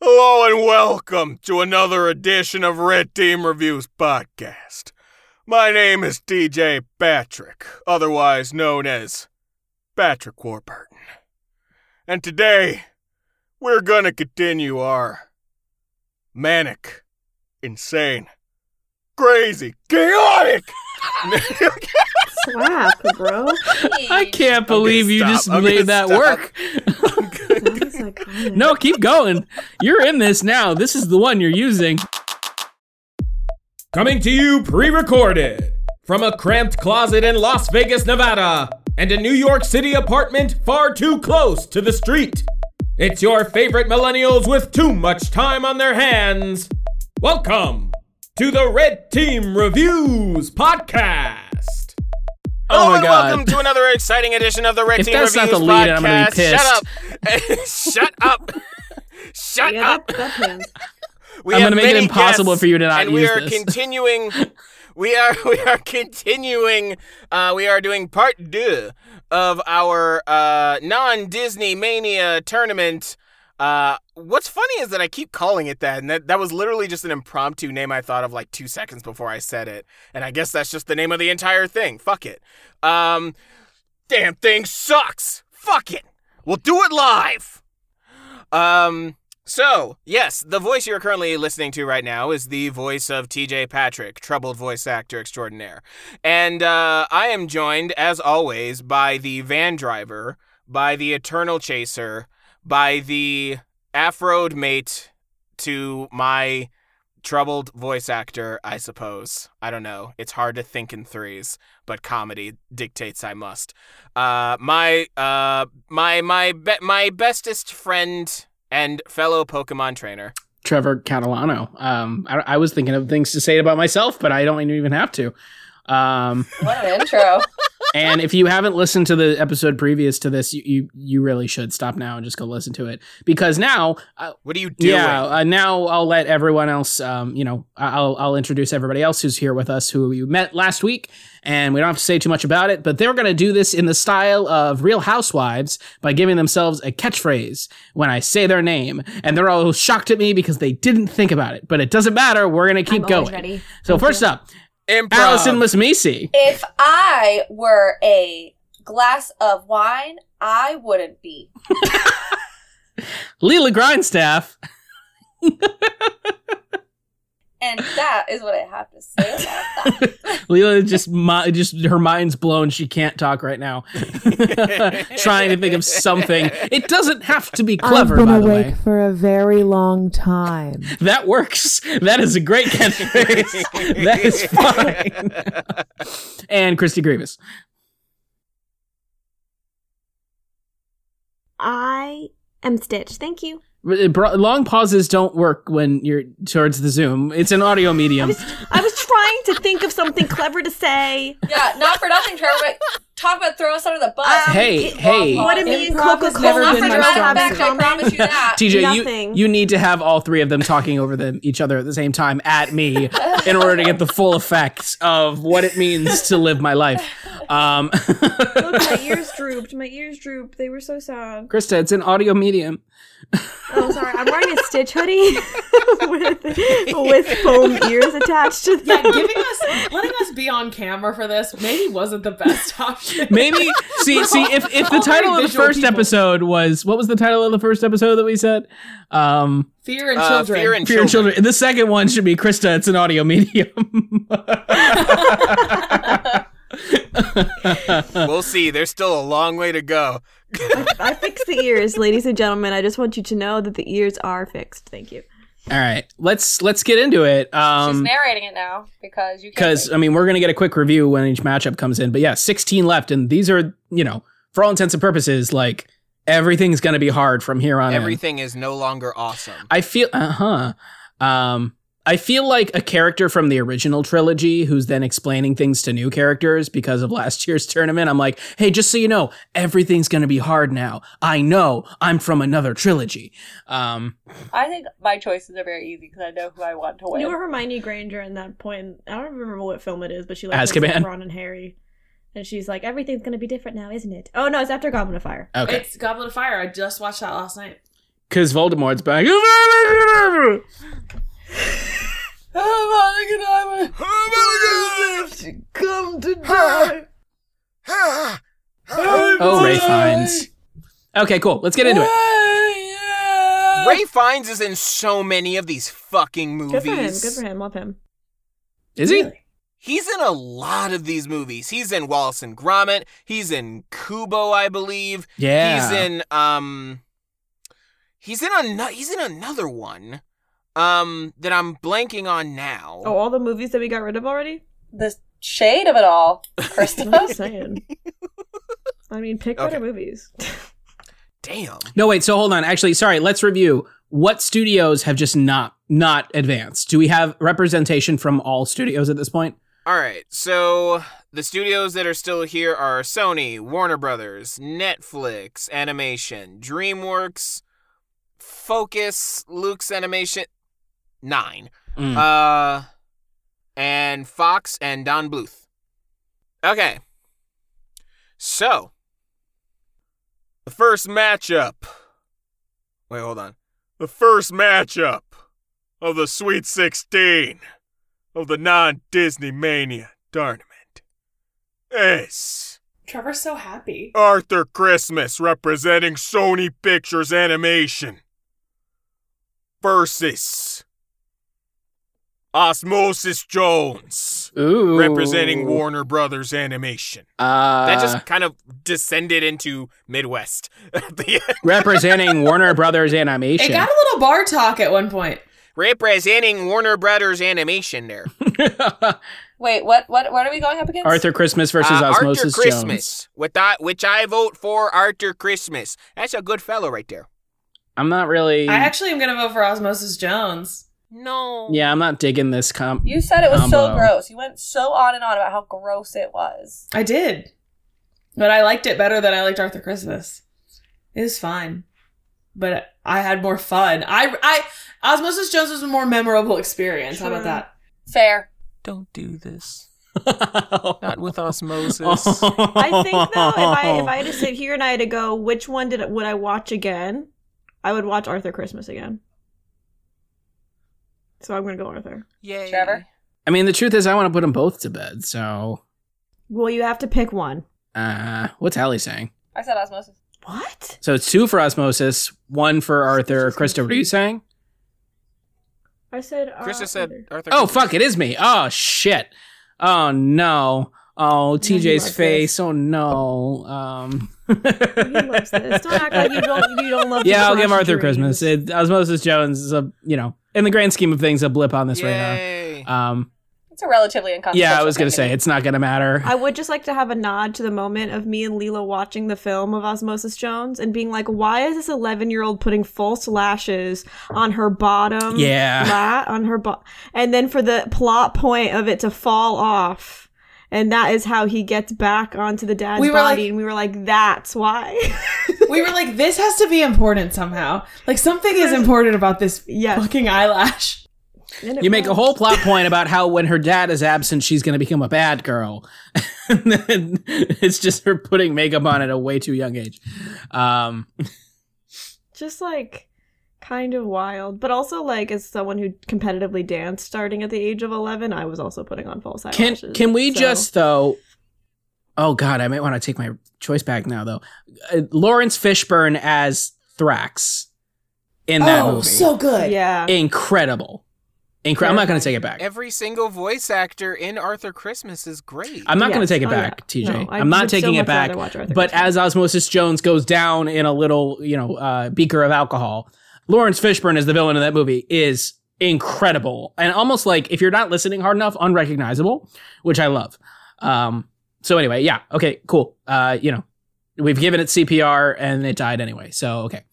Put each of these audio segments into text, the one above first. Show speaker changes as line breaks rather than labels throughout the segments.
Hello and welcome to another edition of Red Team Reviews Podcast. My name is DJ Patrick, otherwise known as Patrick Warburton. And today, we're gonna continue our manic, insane, crazy, chaotic.
Slap, bro.
I can't believe you
stop.
just
I'm gonna
made that
stop.
work.
That was iconic.
No, keep going. You're in this now. This is the one you're using.
Coming to you pre recorded from a cramped closet in Las Vegas, Nevada, and a New York City apartment far too close to the street. It's your favorite millennials with too much time on their hands. Welcome to the Red Team Reviews Podcast.
Oh
Hello
my
and
God.
welcome to another exciting edition of the Red
If
Team
that's not
Reviews
the lead, I'm gonna be
Podcast. Shut up. Shut up. Shut
Yeah,
up.
that, that pans.
We
I'm
have
gonna make it
many
impossible
guests,
for you to not
and we
use
are
this.
continuing. We are we are continuing. Uh, we are doing part two of our uh, non-Disney Mania tournament. Uh, what's funny is that I keep calling it that, and that, that was literally just an impromptu name I thought of like two seconds before I said it, and I guess that's just the name of the entire thing. Fuck it. Um, damn thing sucks. Fuck it. We'll do it live. Um. So, yes, the voice you're currently listening to right now is the voice of TJ Patrick, troubled voice actor extraordinaire. And uh, I am joined, as always, by the van driver, by the eternal chaser, by the half road mate to my troubled voice actor, I suppose. I don't know. It's hard to think in threes, but comedy dictates I must. Uh, my, uh, my, my, be- my bestest friend and fellow Pokemon trainer.
Trevor Catalano. Um, I, I was thinking of things to say about myself, but I don't even have to. Um,
What an intro.
and if you haven't listened to the episode previous to this, you, you you really should stop now and just go listen to it because now uh,
What are you doing?
Yeah, uh, now I'll let everyone else. Um, you know, I- I'll I'll introduce everybody else who's here with us, who you met last week, and we don't have to say too much about it. But they're going to do this in the style of Real Housewives by giving themselves a catchphrase when I say their name, and they're all shocked at me because they didn't think about it. But it doesn't matter. We're going to keep
I'm always
going.
ready.
So first up,
Improv.
Allison Lasmisi.
If I were a glass of wine, I wouldn't be.
Leela Grindstaff,
And that is what I have to say about that.
Leela just mi- just her mind's blown. She can't talk right now. Trying to think of something. It doesn't have to be clever.
I've been
by the
awake
way,
for a very long time.
That works. That is a great catchphrase. that is fine. and Christy Grievous.
I am Stitch. Thank you.
R- bro- Long pauses don't work when you're towards the Zoom. It's an audio medium.
I was trying to think of something clever to say.
yeah, not for nothing, Trevor, but talk about throwing us under the bus.
Um,
Hey,
it-
hey.
What do you mean
Improv
Coca
has never
Cola?
Not
I've
for
been
dramatic
my strong
effect, I
suit.
promise you that.
TJ,
nothing.
you you need to have all three of them talking over them each other at the same time at me in order to get the full effects of what it means to live my life. Um,
Look, my ears drooped. My ears drooped. They were so sad.
Krista, it's an audio medium.
Oh, sorry. I'm wearing a Stitch hoodie with with foam ears attached to
yeah,
them.
giving us letting us be on camera for this maybe wasn't the best option.
Maybe see see if, if the
We're all
title of
very
the
visual
first
people.
episode was what was the title of the first episode that we said? Um
fear and
Uh,
children.
fear and
Fear and
children.
Children. The second one should be Krista, it's an audio medium.
We'll see. There's still a long way to go.
I fixed the ears, ladies and gentlemen. I just want you to know that the ears are fixed. Thank you.
All right. Let's let's get into it.
She's
Um
narrating it now because you can't.
because I mean we're gonna get a quick review when each matchup comes in. But yeah, 16 left, and these are, you know, for all intents and purposes, like everything's gonna be hard from here on in.
Everything is no longer awesome.
I feel uh huh. Um, I feel like a character from the original trilogy who's then explaining things to new characters because of last year's tournament. I'm like, hey, just so you know, everything's gonna be hard now. I know I'm from another trilogy. Um,
I think my choices are very easy because I know who I want to
You
win.
know Hermione Granger in that point. I don't remember what film it is, but she like looks
Azkaban.
at Ron and Harry, and she's like, "Everything's gonna be different now, isn't it?" Oh no, it's after Goblet of Fire.
okay.
It's Goblet of Fire. I just watched that last night.
because Voldemort's back. Oh,
Come to die.
Oh, Ray Fiennes. Okay, cool. Let's get into it.
Ray Fiennes is in so many of these fucking movies.
Good for him. Good for him. Love him.
Is he?
He's in a lot of these movies. He's in Wallace and Gromit. He's in Kubo, I believe.
Yeah.
He's in um. He's in another. He's in another one. Um, that I'm blanking on now.
Oh, all the movies that we got rid of already?
The shade of it all,
I'm just
Krista.
saying. I mean, pick better
Okay.
movies.
Damn.
No, wait. So hold on. Actually, sorry. Let's review. What studios have just not not advanced? Do we have representation from all studios at this point?
All right. So the studios that are still here are Sony, Warner Brothers, Netflix Animation, DreamWorks, Focus, Luke's Animation, nine.
Mm.
Uh, and Fox and Don Bluth. Okay. So, the first matchup. Wait, hold on. The first matchup of the Sweet 16 of the non Disney Mania tournament is
Trevor's so happy.
Arthur Christmas representing Sony Pictures Animation versus Osmosis Jones
Ooh.
representing Warner Brothers Animation.
Uh,
That just kind of descended into Midwest.
representing Warner Brothers Animation.
It got a little bar talk at one point.
representing Warner Brothers Animation there.
Wait, what? What? What are we going up against?
Arthur Christmas versus
Uh,
Osmosis
Arthur Christmas,
Jones.
with that, which I vote for Arthur Christmas. That's a good fellow right there.
I'm not really.
I actually am gonna vote for Osmosis Jones.
No.
yeah, I'm not digging this comp.
You said it was so
Combo.
gross. You went so on and on about how gross it was.
I did, but I liked it better than I liked Arthur Christmas. It was fine, but I had more fun. I, I Osmosis Jones was a more memorable experience. How about that?
Fair.
Don't do this.
Not
with osmosis.
I think though, if I if I had to sit here and I had to go, which one did would I watch again? I would watch Arthur Christmas again. So I'm gonna go Arthur.
Yay.
Trevor?
I mean, the truth is, I want to put them both to bed. So,
Well, you have to pick one.
uh, what's Hallie saying?
I said osmosis.
What?
So it's two for Osmosis, one for Arthur. Krista, what are you saying?
I said. Uh,
Krista said
Arthur.
Arthur.
Oh
Christmas.
fuck, it is me. Oh shit. Oh no. Oh TJ's
loves
face. Oh no. Um.
He loves this. Don't act like you don't. You don't love.
yeah, I'll
Taraji
give Arthur
Dreams.
Christmas. It, Osmosis Jones is a you know, in the grand scheme of things, a blip on this
Yay.
radar. Um.
It's a relatively inconsequential.
Yeah, I was gonna say
thing.
it's not gonna matter.
I would just like to have a nod to the moment of me and Lila watching the film of Osmosis Jones and being like, why is this 11 year old putting false lashes on her bottom?
Yeah.
la- on her bo- And then for the plot point of it to fall off. And that is how he gets back onto the dad's
We were
body.
like-
and we were like, that's why.
We were like, this has to be important somehow. Like something is important about this
Yes.
fucking eyelash.
And it
You make a
was.
whole plot point about how when her dad is absent, she's going to become a bad girl. and then it's just her putting makeup on at a way too young age. Um,
Just like kind of wild. But also, like, as someone who competitively danced starting at the age of 11, I was also putting on false
can
eyelashes.
can we
So-
just though? Oh God, I might want to take my choice back now though. Uh, Lawrence Fishburne as Thrax in that
oh,
movie,
so good.
Yeah.
incredible, incredible. I'm not going to take it back.
Every single voice actor in Arthur Christmas is great.
I'm not going
Yes.
to take it
Oh, yeah.
back, TJ.
No, I
I'm not
would so
taking it
much
back.
rather watch Arthur
But
Christmas.
as Osmosis Jones goes down in a little, you know, uh, beaker of alcohol, Lawrence Fishburne as the villain in that movie is incredible and almost like if you're not listening hard enough, unrecognizable, which I love. Um, so anyway, yeah, okay, cool. Uh, you know, we've given it CPR and it died anyway, so okay.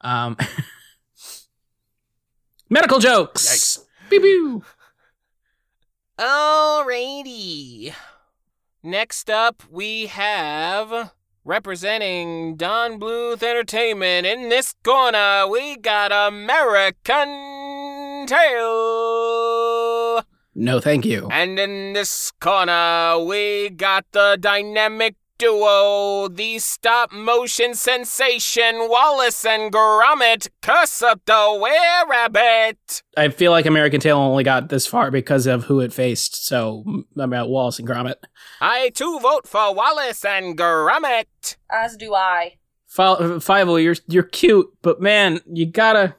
Um, medical jokes. Beep, beep.
Alrighty. Next up, we have representing Don Bluth Entertainment. In this corner, we got American Tail.
No, thank you.
And in this corner, we got the dynamic duo, the stop motion sensation Wallace and Gromit, Curse of the Were Rabbit.
I feel like American Tail only got this far because of who it faced. So m- about Wallace and Gromit.
I too vote for Wallace and Gromit.
As do I.
Fal- Fievel, you're you're cute, but man, you gotta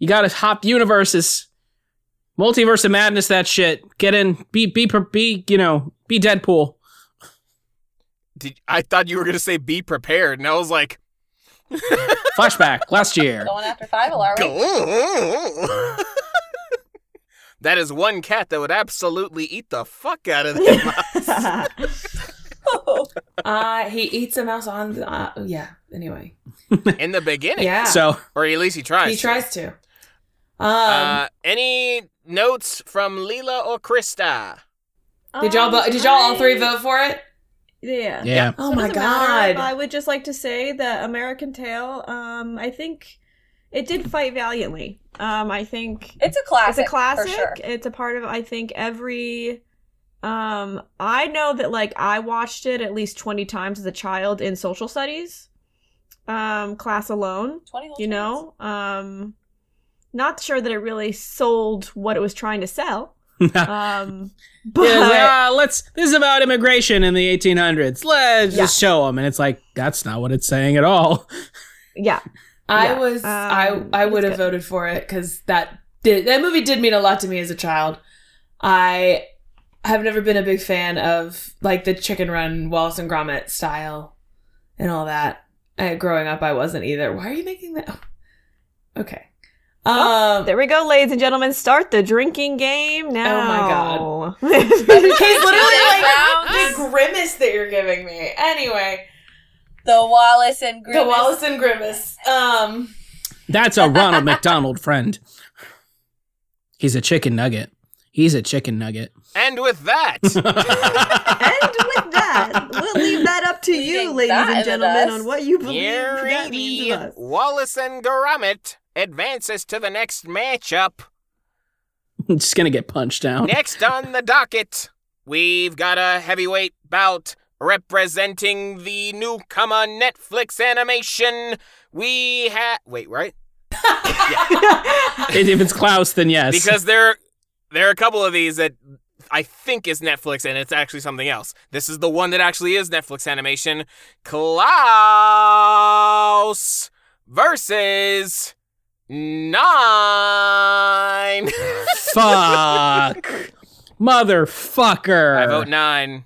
you gotta hop universes, multiverse of madness. That shit. Get in. Be be pre- be you know be Deadpool.
Did, I thought you were going to say be prepared, and I was like,
Flashback last year.
Going after five, are we?
that is one cat that would absolutely eat the fuck out of that mouse.
uh, he eats a mouse on. The, uh, yeah. Anyway.
in the beginning,
Yeah.
So
or at least he tries.
he
to.
tries to. Um,
uh, any notes from Leela or Krista?
did y'all? bo-
Um,
Did y'all all three
I-
vote for it?
Yeah.
yeah,
Oh
So it
my
doesn't matter,
god.
but I would just like to say that American Tail, um, I think it did fight valiantly. Um, I think
It's a classic.
it's a classic.
For sure.
It's a part of I think every um I know that like I watched it at least 20 times as a child in social studies um class alone,
20 whole
you
turns.
know. Um not sure that it really sold what it was trying to sell. Um but
Yeah, it's like, ah, let's. This is about immigration in the 1800s. Let's just show them, and it's like that's not what it's saying at all.
yeah.
I
Yeah.
was I
Um,
I
it's
would have
good.
voted for it because that did, that movie did mean a lot to me as a child. I have never been a big fan of like the Chicken Run Wallace and Gromit style and all that. I, growing up, I wasn't either. Why are you making that? oh, Okay. Um,
Oh, There we go, ladies and gentlemen. Start the drinking game now.
Oh
my god.
he's literally like
Rounds.
the grimace that you're giving me. Anyway,
The Wallace and Grimace.
the Wallace and grimace. Um.
That's a Ronald McDonald friend. He's a chicken nugget. He's a chicken nugget.
And with that,
and with that, we'll leave that up to you,
Leaving
ladies
that
and
with
gentlemen,
us.
on what you believe that means of
Yuri
us.
Wallace and Gromit advances to the next matchup.
I'm just gonna get punched
Oh.
out.
Next on the docket, we've got a heavyweight bout representing the newcomer Netflix animation. We have wait, right?
If it's Klaus, then yes.
Because there there are a couple of these that I think is Netflix and it's actually something else. This is the one that actually is Netflix animation. Klaus versus Nine.
fuck, motherfucker.
I vote nine.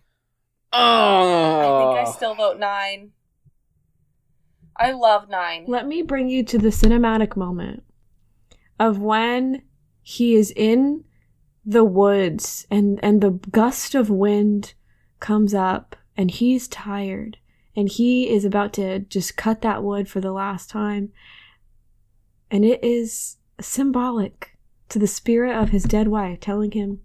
Oh,
I think I still vote nine. I love nine.
Let me bring you to the cinematic moment of when he is in the woods and, and the gust of wind comes up and he's tired and he is about to just cut that wood for the last time. And it is symbolic to the spirit of his dead wife telling him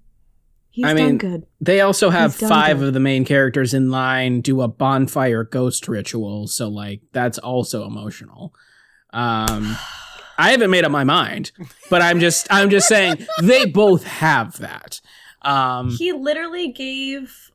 he's
I
done
mean,
good.
They also have
He's done
five
good.
of the main characters in line do a bonfire ghost ritual, so like that's also emotional. Um I haven't made up my mind, but I'm just I'm just saying they both have that. Um
He literally gave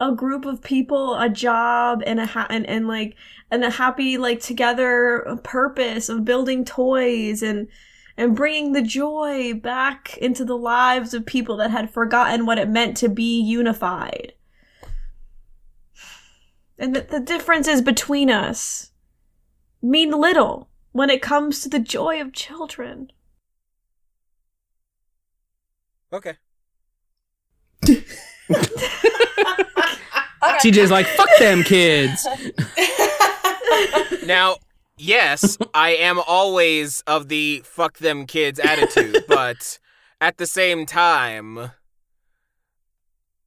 a group of people a job and a ha- and, and like and a happy like together purpose of building toys and and bringing the joy back into the lives of people that had forgotten what it meant to be unified. And that the differences between us mean little when it comes to the joy of children.
Okay.
Okay.
TJ's like, fuck them kids.
Now, yes, I am always of the fuck them kids attitude, but at the same time,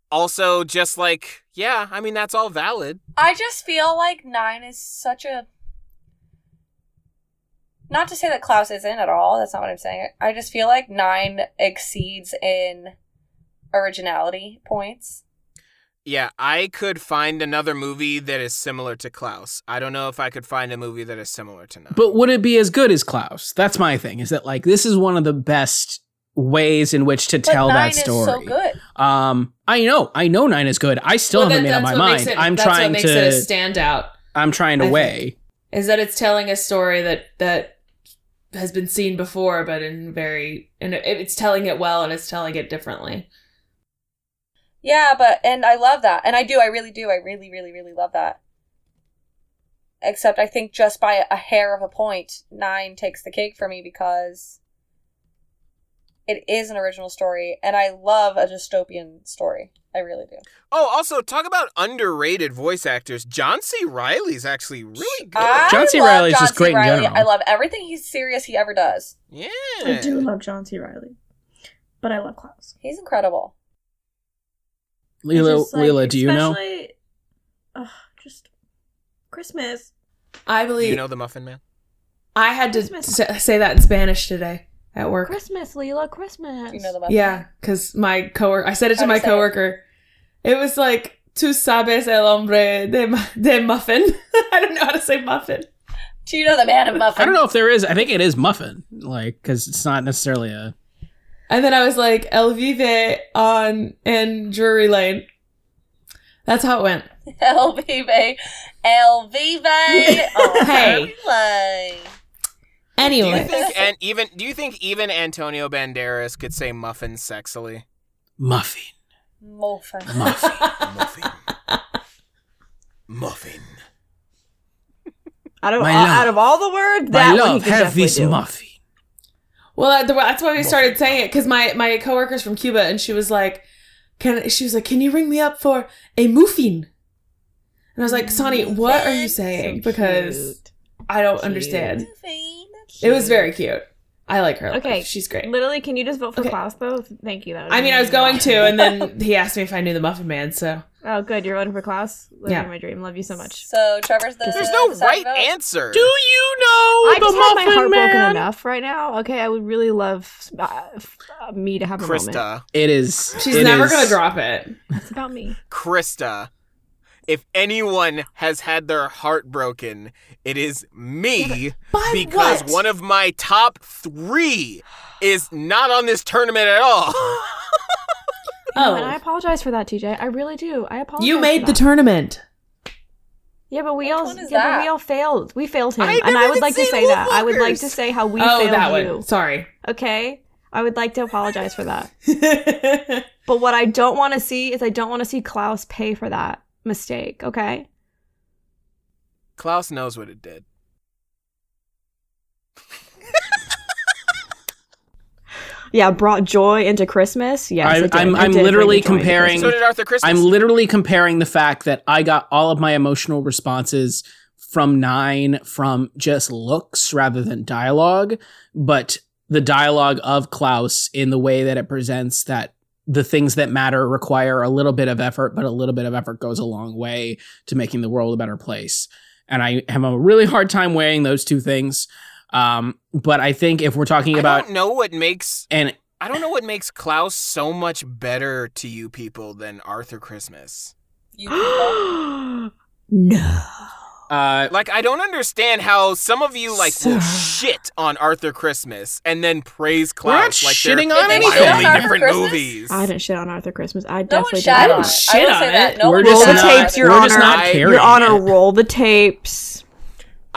also just like, yeah, I mean, that's all valid.
I just feel like nine is such a. Not to say that Klaus isn't at all. That's not what I'm saying. I just feel like nine exceeds in originality points.
Yeah, I could find another movie that is similar to Klaus. I don't know if I could find a movie that is similar to Nine.
But would it be as good as Klaus? That's my thing, is that like this is one of the best ways in which to
But
tell
nine
that story.
Is so good.
Um, I know, I know nine is good. I still
Well,
haven't
that-
made up
that's
my
what makes
mind.
it-
I'm
that's what
trying
makes
to.
it a standout.
I'm trying to
I think.
weigh.
is that it's telling a story that that has been seen before, but in very and it- it's telling it well and it's telling it differently.
Yeah, but and I love that, and I do, I really do, I really, really, really love that. Except I think just by a hair of a point, nine takes the cake for me because it is an original story, and I love a dystopian story. I really do.
Oh, also talk about underrated voice actors. John C. Riley's actually really good.
uh,
I
John C.
love
Reilly's
John
just
C.
great in
Reilly.
general.
I love everything he's serious he ever does.
yeah.
I do love John C. Riley, but I love Klaus.
He's incredible.
Lila,
Just, like,
Lila, do you know?
especially- Ugh, just Christmas.
I
Do
believe
you know the Muffin Man?
I had to
Christmas.
s- say that in Spanish today at work.
Christmas, Leela, Christmas.
You know the most.
Yeah, because my coworker, I said it to
How'd
my
you say it?
coworker. It was like "Tú sabes el hombre de, mu- de muffin." I don't know how to say muffin.
Do you know the man of muffin?
I don't know if there is. I think it is muffin, like because it's not necessarily a.
And then I was like "El vive on in Drury Lane." That's how it went.
El Vive. El Vive. Oh,
Hey.
really?
Do you
Anyway,
think and even do you think even Antonio Banderas could say muffin sexily?
Muffin.
Muffin.
Muffin.
Muffin. Muffin.
Out of,
My
all,
love.
out of all the words,
My
that one
love,
he could
have
definitely
this
do.
muffin.
Well, that- that's why we started saying it because my my coworker's from Cuba and she was like, "Can she was like, can you ring me up for a muffin?" And I was
Mm,
like, "Sonny, what are you saying?" because I don't understand.
Muffin.
It was very cute. I like her.
Okay.
Okay, she's great.
Literally, can you just vote for
Okay.
Klaus though? Thank you. That would
I mean, I was going to,
amazing.
and then he asked me if I knew the Muffin Man. So
Oh, good. You're voting for Klaus. Living
Yeah.
my dream. Love you so much.
So Trevor's the.
There's no right
deciding vote.
answer.
Do you know
I
the
just have my
Muffin
heart broken
Man?
enough right now. Okay, I would really love uh, f- uh, me to have a moment.
Krista.
It is.
she's
it
never
is-
gonna drop it.
It's about me.
Krista. If anyone has had their heart broken, it is me
By
because
what?
one of my top three is not on this tournament at all.
And I
Oh,
apologize for that, TJ. I really do. I apologize.
you made
for
the
that.
tournament.
Yeah, but we
Which
all
one
yeah,
is
but
that?
we all failed. We failed him,
I
and I
never
would like to
seen
say that. I would like
Wolfwalkers.
to say how we
oh,
failed
that
you.
one. Sorry.
Okay, I would like to apologize for that. But what I don't want to see is I don't want to see Klaus pay for that mistake. Okay.
Klaus knows what it did.
Yeah, brought joy into Christmas. Yes,
I,
it did.
I'm,
It
I'm
did bring
literally
joy into
comparing.
So did Arthur Christmas.
I'm literally comparing the fact that I got all of my emotional responses from nine from just looks rather than dialogue, but the dialogue of Klaus in the way that it presents that the things that matter require a little bit of effort, but a little bit of effort goes a long way to making the world a better place. And I have a really hard time weighing those two things. Um, but I think if we're talking
I
about
don't know what makes
and
I don't know what makes Klaus so much better to you people than Arthur Christmas.
You people.
no.
uh,
Like I don't understand how some of you like will
Sir.
shit on Arthur Christmas and then praise
We're not
Klaus like they're
shitting on
wildly
anything. Shit on
Arthur
different
Christmas?
movies.
I didn't shit on Arthur Christmas. I
No one
definitely
shot
did.
on
not.
it.
shit
I will
on
say that.
it.
No
We're
one
just
Roll
shit
the
on
not-
it.
tapes, Your
we're
Honor.
just not carrying
Your Honor,
it.
roll the tapes.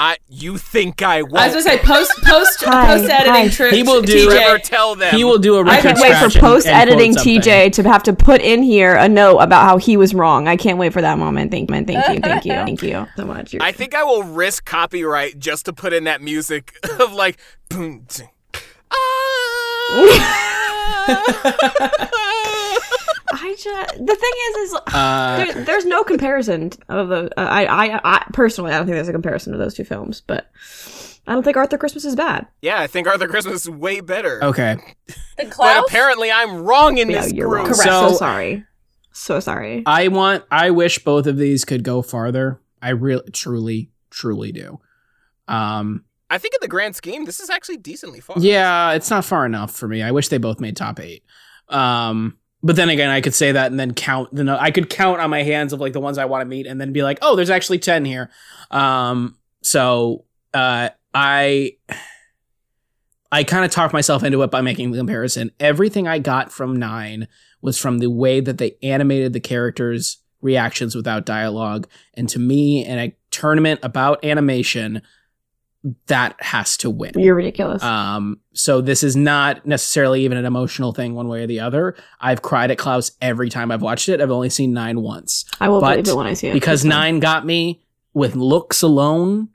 I you think I won't
I was gonna say post post
Hi,
post
hi.
editing trip.
He will do
TJ.
ever tell them?
he will do a
Um, I
record
can't wait for post editing TJ to have to put in here a note about how he was wrong. I can't wait for that moment. Thank, man, thank you, thank you, thank you so much. You're-
I think I will risk copyright just to put in that music of like boom. tsing. Ah.
I just the thing is, is
Uh,
there, there's no comparison of the. Uh, I, I, I personally, I don't think there's a comparison of those two films, but I don't think Arthur Christmas is bad.
yeah, I think Arthur Christmas is way better.
okay.
The
But
Klaus?
apparently I'm wrong in
No,
this
you're
group.
wrong. Correct.
So- Uh,
So, sorry. So sorry.
I want. I wish both of these could go farther. I really, truly, truly do. Um.
I think in the grand scheme, this is actually decently far.
Yeah, it's not far enough for me. I wish they both made top eight. Um. But then again, I could say that and then count. Then I could count on my hands of like the ones I want to meet, and then be like, oh, there's actually ten here. Um. So, uh, I. I kind of talked myself into it by making the comparison. Everything I got from Nine was from the way that they animated the characters' reactions without dialogue. And to me, in a tournament about animation, that has to win.
You're ridiculous.
Um, so this is not necessarily even an emotional thing one way or the other. I've cried at Klaus every time I've watched it. I've only seen Nine once.
I will
but
believe it when I see it.
because
It's fine.
nine got me with looks alone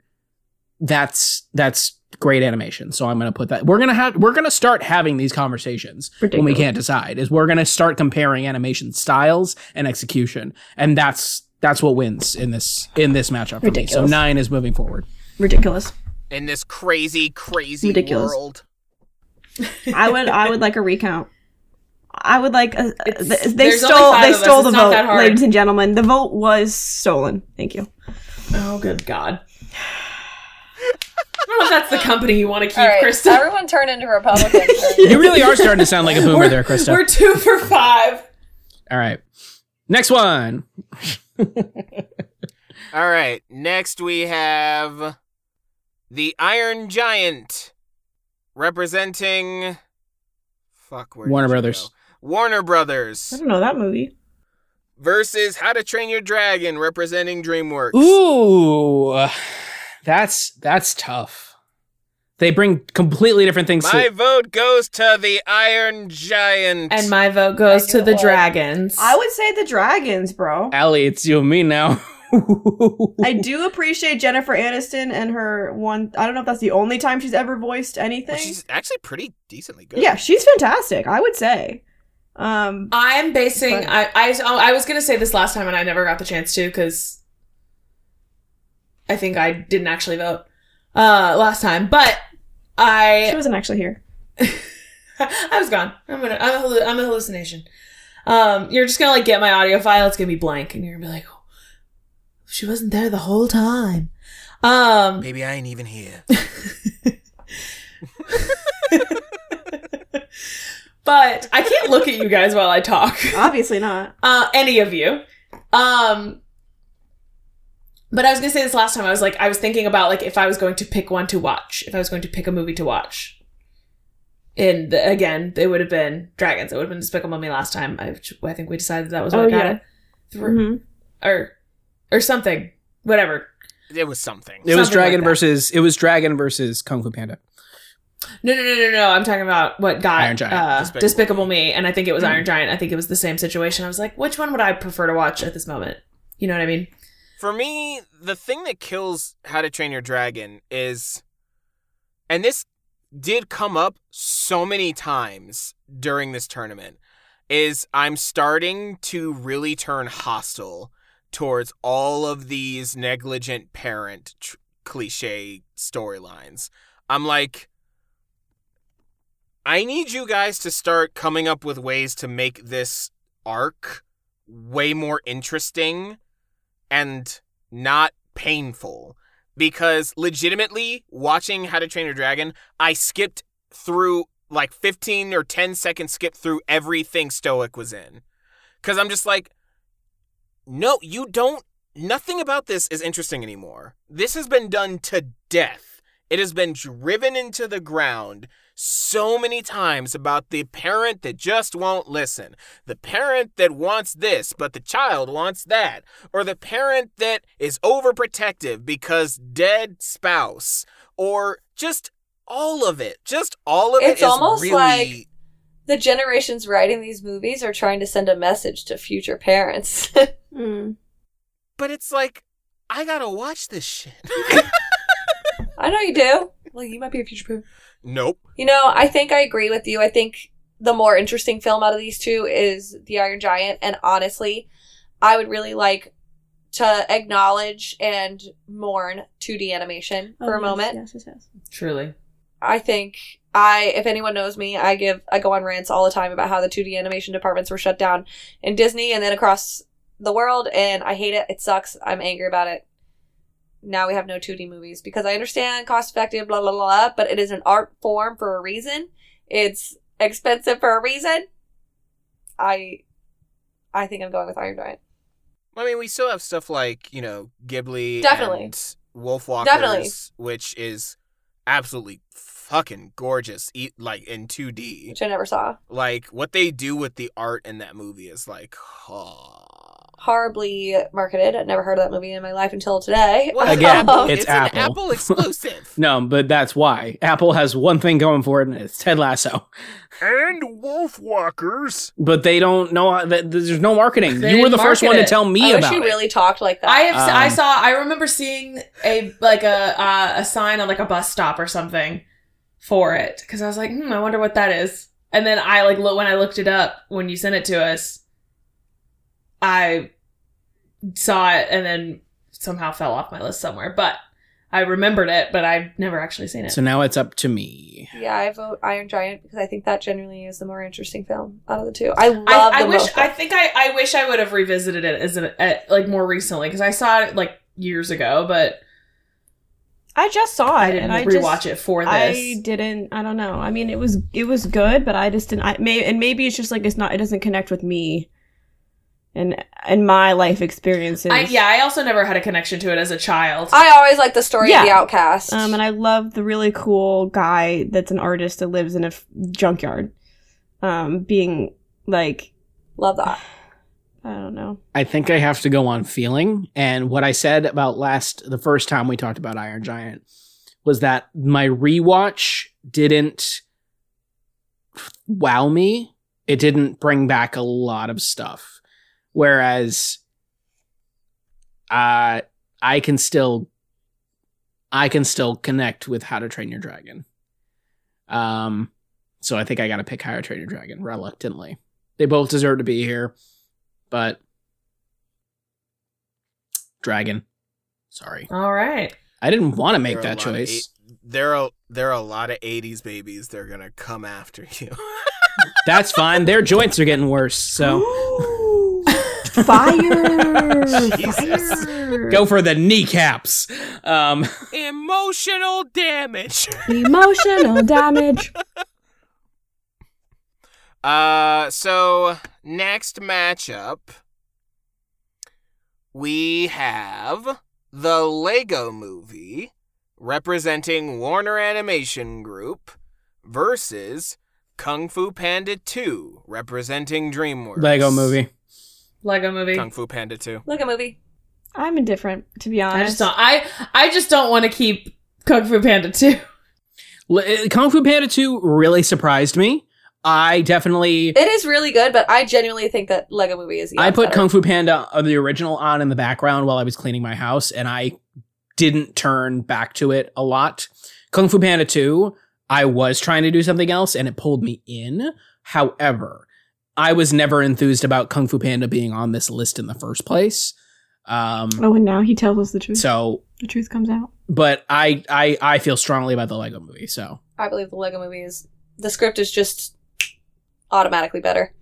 that's that's great animation so i'm gonna put that we're gonna have we're gonna start having these conversations when we
Ridiculous.
can't decide is we're gonna start comparing animation styles and execution and that's that's what wins in this in this matchup for me. so
Ridiculous.
nine is moving forward
Ridiculous.
in this crazy, crazy
Ridiculous.
world.
I would I would like a recount. I would like a,
It's-
th- they
there's only
stole
five
they
of us.
stole the
It's not that
vote,
hard.
ladies and gentlemen. The vote was stolen. Thank you.
Oh, good God. I don't know if that's the company you want to keep,
All right,
Krista.
everyone turn into Republicans.
you really are starting to sound like a boomer
We're,
there krista
we're two for five.
all right next one
All right. Next we have the Iron Giant representing fuck where did
Warner
you
Brothers.
go? Warner
I
Brothers
don't know that movie.
versus How to Train Your Dragon representing DreamWorks.
ooh that's that's tough they bring completely different things
My
to
vote goes to the Iron Giant.
And my vote goes
I
to
knew
the
it was.
dragons.
I would say the dragons, bro.
Allie, it's you and me now.
I do appreciate Jennifer Aniston and her one. I don't know if that's the only time she's ever voiced anything.
Well, she's actually pretty decently good.
yeah, she's fantastic. I would say. Um,
I'm basing.
But-
I, I oh, I was gonna say this last time and I never got the chance to because I think I didn't actually vote uh, last time. But
she
I
wasn't actually here.
I was gone. I'm gonna I'm a, hallu- I'm a hallucination. Um, you're just gonna like get my audio file. It's gonna be blank, and you're gonna be like, oh, she wasn't there the whole time. Um,
Maybe I ain't even here.
but I can't look at you guys while I talk.
Obviously not.
uh, any of you. Um, but I was gonna say this last time. I was like, I was thinking about like if I was going to pick one to watch, if I was going to pick a movie to watch. And the, again, it would have been Dragons. It would have been Despicable Me last time. I, I think we decided that was what
Oh,
got
yeah.
it, Through-
hmm
or or something, whatever.
It was something.
it was
Something
Dragon
like that.
versus it was Dragon versus Kung Fu Panda.
No, no, no, no, no. I'm talking about what got
Iron Giant. Mm.
Uh,
Despicable
Despicable, Me, and I think it was Iron Giant. I think it was the same situation. I was like, which one would I prefer to watch at this moment? You know what I mean?
For me, the thing that kills How to Train Your Dragon is, and this did come up so many times during this tournament, is I'm starting to really turn hostile towards all of these negligent parent tr- cliche storylines. I'm like, I need you guys to start coming up with ways to make this arc way more interesting and not painful because legitimately watching How to Train Your Dragon, I skipped through like 15 or 10 seconds skip through everything Stoic was in. Cuz I'm just like no, you don't nothing about this is interesting anymore. This has been done to death. It has been driven into the ground so many times about the parent that just won't listen, the parent that wants this but the child wants that, or the parent that is overprotective because dead spouse, or just all of it. Just all of it
It's
is
almost
really
like- the generations writing these movies are trying to send a message to future parents.
Mm.
but it's like I got to watch this shit.
I know you do. Well, you might be a future parent.
nope.
You know, I think I agree with you. I think the more interesting film out of these two is The Iron Giant, and honestly, I would really like to acknowledge and mourn 2D animation for a moment.
Oh, Yes, yes, yes.
Truly.
I think I, if anyone knows me, I give I go on rants all the time about how the 2D animation departments were shut down in Disney and then across the world, and I hate it. It sucks. I'm angry about it. Now we have no 2D movies because I understand cost effective, blah blah blah, blah, but it is an art form for a reason. It's expensive for a reason. I, I think I'm going with Iron Giant.
I mean, we still have stuff like, you know, Ghibli
Definitely.
and Wolfwalkers,
Definitely.
which is absolutely fucking gorgeous, e- like in 2D.
which I never saw.
Like what they do with the art in that movie is like, oh.
Horribly marketed. I'd never heard of that movie in my life until today.
Again,
Um,
it's Apple.
an Apple exclusive.
No, but that's why Apple has one thing going for it, and it's Ted Lasso.
and Wolf Walkers.
But they don't know that there's no marketing.
They
you were the
didn't
first
market
one to
it. Oh,
tell me
I wish
about
you
it.
really talked like that.
I have. s I I
Um,
saw. I remember seeing a like a uh, a sign on like a bus stop or something for it because I was like, hmm, I wonder what that is. And then I like look when I looked it up when you sent it to us. I saw it and then somehow fell off my list somewhere, but I remembered it, but I've never actually seen it.
So now it's up to me.
yeah, I vote Iron Giant because I think that genuinely is the more interesting film out of the two. I love
I, I
them
wish
both.
I think I, I wish I would have revisited it as an uh, like more recently because I saw it like years ago, but
I just saw it.
I didn't
and I
rewatch
just,
it for this.
I didn't. I don't know. I mean, it was it was good, but I just didn't. I may and maybe it's just like it's not. It doesn't connect with me, and and my life experiences.
I, yeah, I also never had a connection to it as a child.
I always like the story of the
Yeah.
outcast.
Um, and I love the really cool guy that's an artist that lives in a f- junkyard. Um, being like,
love that.
I don't know.
I think I have to go on feeling. And what I said about last, the first time we talked about Iron Giant was that my rewatch didn't wow me. It didn't bring back a lot of stuff. Whereas uh, I can still, I can still connect with How to Train Your Dragon. Um, so I think I got to pick How to Train Your Dragon reluctantly. They both deserve to be here, but Dragon. Sorry,
All right.
I didn't want to
There
make
are
that
a lot of
choice.
eight- there are there are a lot of '80s babies. They're gonna come after you.
That's fine. Their joints are getting worse, so
Fire!
Jesus.
Fire!
go for the kneecaps. Um,
Emotional damage.
Emotional damage.
Uh, so next matchup, we have the Lego Movie representing Warner Animation Group versus Kung Fu Panda 2 representing DreamWorks.
Lego Movie.
Lego movie.
Kung Fu Panda 2.
Look at movie.
I'm indifferent, to be honest.
I just don't I I just don't want to keep Kung Fu Panda 2.
L- uh, Kung Fu Panda Two really surprised me. I definitely.
It is really good, but I genuinely think that Lego movie is.
I put
better.
Kung Fu Panda, uh, the original, on in the background while I was cleaning my house, and I didn't turn back to it a lot. Kung Fu Panda 2, I was trying to do something else and it pulled me in. However, I was never enthused about Kung Fu Panda being on this list in the first place. Um,
Oh, and now he tells us the truth.
so,
the truth comes out.
but I, I, I feel strongly about the Lego movie. So,
I believe the Lego movie is the script is just automatically better.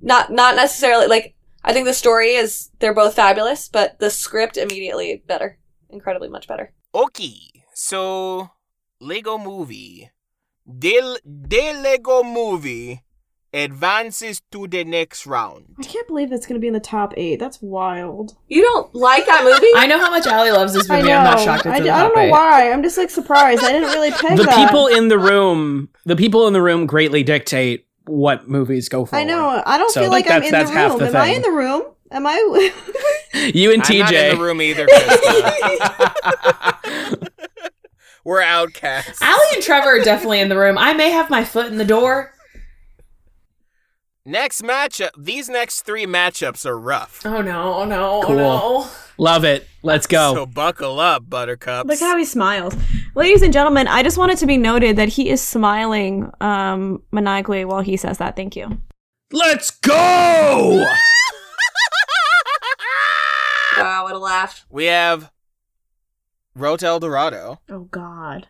Not not necessarily like I think the story is they're both fabulous, but the script immediately better, incredibly much better.
Okay, so Lego Movie, the the Lego Movie advances to the next
I
round.
can't believe that's going to be in the top eight. That's wild.
You don't like that movie?
I know how much Allie loves this movie. I'm not shocked it's
I,
in
d-
the
I
top
don't know
eight.
why. I'm just like surprised. I didn't really peg
the
that.
people in the room, the people in the room greatly dictate what movies go forward.
I know. I don't
So
feel like I'm in
that's- that's
the
half
room.
the
Am I
thing.
in the room? Am I?
You and
I'm not in the
TJ.
room either. Krista. We're outcasts.
Allie and Trevor are definitely in the room. I may have my foot in the door.
Next matchup. These next three matchups are rough.
Oh no, oh no,
Cool.
oh
Love it. Let's go.
So buckle up, Buttercups.
Look how he smiles. Ladies and gentlemen, I just want it to be noted that he is smiling um, maniacally while he says that. Thank you.
Let's go!
wow, what a laugh!
we have Rote El Dorado
Oh, God.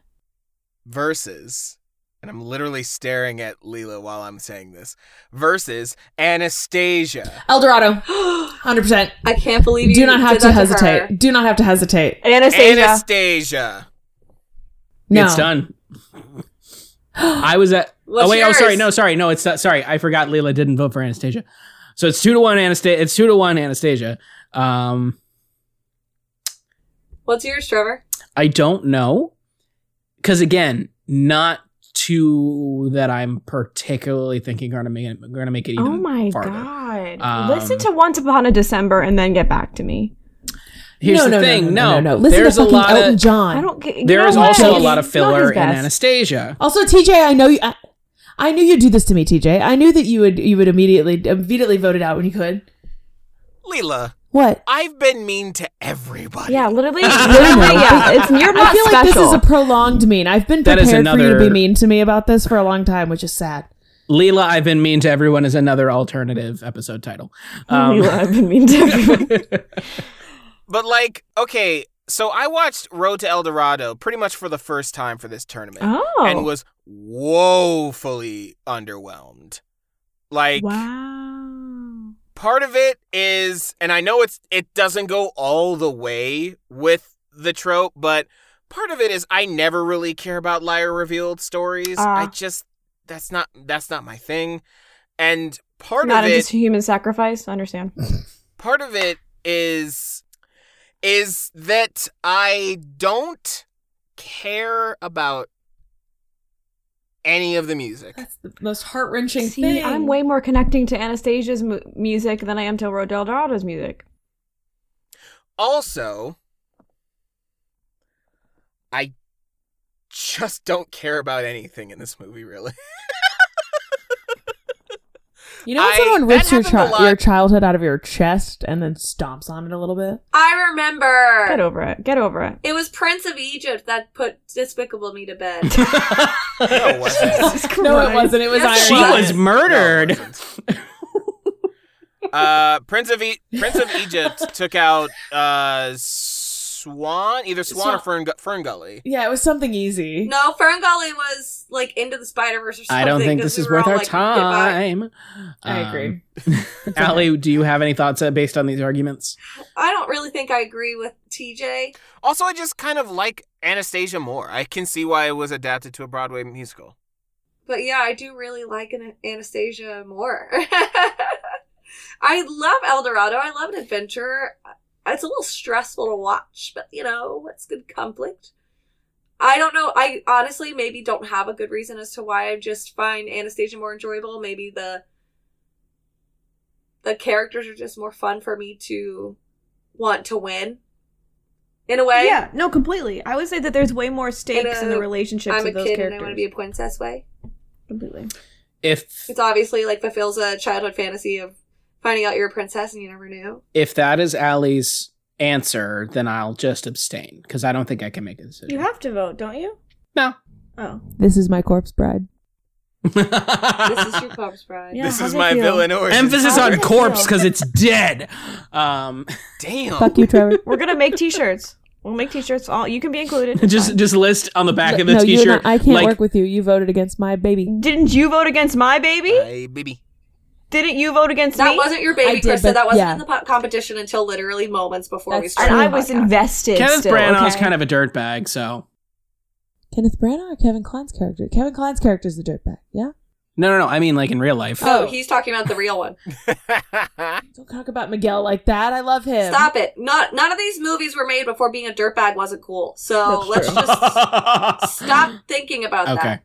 versus, and I'm literally staring at Leela while I'm saying this, versus Anastasia.
no. Eldorado. 100%.
I can't believe you
Do not have
did
to
that
hesitate.
her.
Do not have to hesitate.
Anastasia.
Anastasia.
No.
It's done. I was at.
What's
oh wait.
yours?
Oh sorry. No. Sorry. No. It's not, sorry. I forgot. Leela didn't vote for Anastasia. So it's two to one. Anastasia. It's two to one. Anastasia. Um.
What's yours, Trevor?
I don't know. Because again, not two that I'm particularly thinking are going to make it, going to make it even.
oh my
farther.
god!
Um,
Listen to Once Upon a December and then get back to me.
Here's
no,
the
no, no,
thing.
no, no, no, no. Listen
There's
to
a
fucking
lot
Elton
of
John.
I don't. g- You
there
know
is
what?
also a
He's
lot of
not
filler
his
in
best.
Anastasia.
Also, TJ, I know you. I, I knew you'd do this to me, TJ. I knew that you would. You would immediately, immediately vote it out when you could.
Leela,
What?
I've been mean to everybody.
Yeah, literally.
No, no,
literally
no.
yeah, it's you're not
I feel
special.
like this is a prolonged mean. I've been
That is
prepared for you to
another-
be mean to me about this for a long time, which is sad.
Leela, I've been mean to everyone is another alternative episode title. Um,
Leela, I've been mean to everyone.
But like, okay, so I watched Road to El Dorado pretty much for the first time for this tournament
Oh.
and was woefully underwhelmed. Like
wow.
part of it is and I know it's it doesn't go all the way with the trope, but part of it is I never really care about liar revealed stories.
Ah.
I just that's not that's not my thing. And part
Not
of it
into human sacrifice. Understand?
part of it is is that I don't care about any of the music.
That's the most heart wrenching
See,
thing.
I'm way more connecting to Anastasia's mu- music than I am to Rodel Dorado's music.
Also, I just don't care about anything in this movie really.
You know when
I-
someone
that
rips your,
happened a
chi- your
lot.
childhood out of your chest and then stomps on it a little bit?
I remember.
Get over it. Get over it.
It was Prince of Egypt that put Despicable Me to bed.
No, it wasn't.
No, it wasn't. It was
Yes,
she
it
was murdered.
No, it wasn't. uh, Prince of e- Prince of Egypt took out uh, Swan, either Swan or Fern, Fern Gully.
Yeah, it was something easy.
No, Ferngully was like into the Spider Verse or something.
I don't think
'cause
this
we
is
were
worth
all
our
like, goodbye.
time.
I
Um,
agree.
Allie, do you have any thoughts uh, based on these arguments?
I don't really think I agree with TJ.
Also, I just kind of like Anastasia more. I can see why it was adapted to a Broadway musical.
But yeah, I do really like an Anastasia more. I love El Dorado. I love an adventure. It's a little stressful to watch, but you know, it's good conflict. I don't know. I honestly maybe don't have a good reason as to why I just find Anastasia more enjoyable. Maybe the the characters are just more fun for me to want to win. In a way,
Yeah, no, completely. I would say that there's way more stakes in
a-
the relationships
I'm a
of
kid
those
and I
characters.
want to be a princess. Way.
completely.
If
It's obviously like fulfills a childhood fantasy of finding out you're a princess and you never knew.
if that is Allie's answer, then I'll just abstain because I don't think I can make a decision.
You have to vote, don't you?
no.
Oh,
This is my corpse bride.
This is your corpse bride.
Yeah,
this
how's
is
it
my
feel?
villain origin.
Emphasis
story.
on corpse because it's dead. Um,
damn.
Fuck you, Trevor.
We're gonna make T-shirts. We'll make T-shirts. All you can be included. It's
just
fine.
just list on the back of the
no, you and
t-shirt.
I, I can't
like,
work with you. You voted against my baby.
Didn't you vote against my baby?
Hey, baby.
Didn't you vote against
That
me?
wasn't your
I
baby,
did,
Krista.
but
that wasn't
yeah.
in the po- competition until literally moments before we
That's
and
started.
true.
I
Oh
was
my God.
invested.
Kenneth
still,
Branagh's
okay?
kind of a dirtbag, so
Kenneth Branagh or Kevin Kline's character? Kevin Kline's character is the dirtbag. Yeah.
no, no, no. I mean, like in real life.
Oh, he's talking about the real one.
Don't talk about Miguel like that. I love him.
Stop it. Not none of these movies were made before being a dirtbag wasn't cool. So let's just stop thinking about
okay.
that.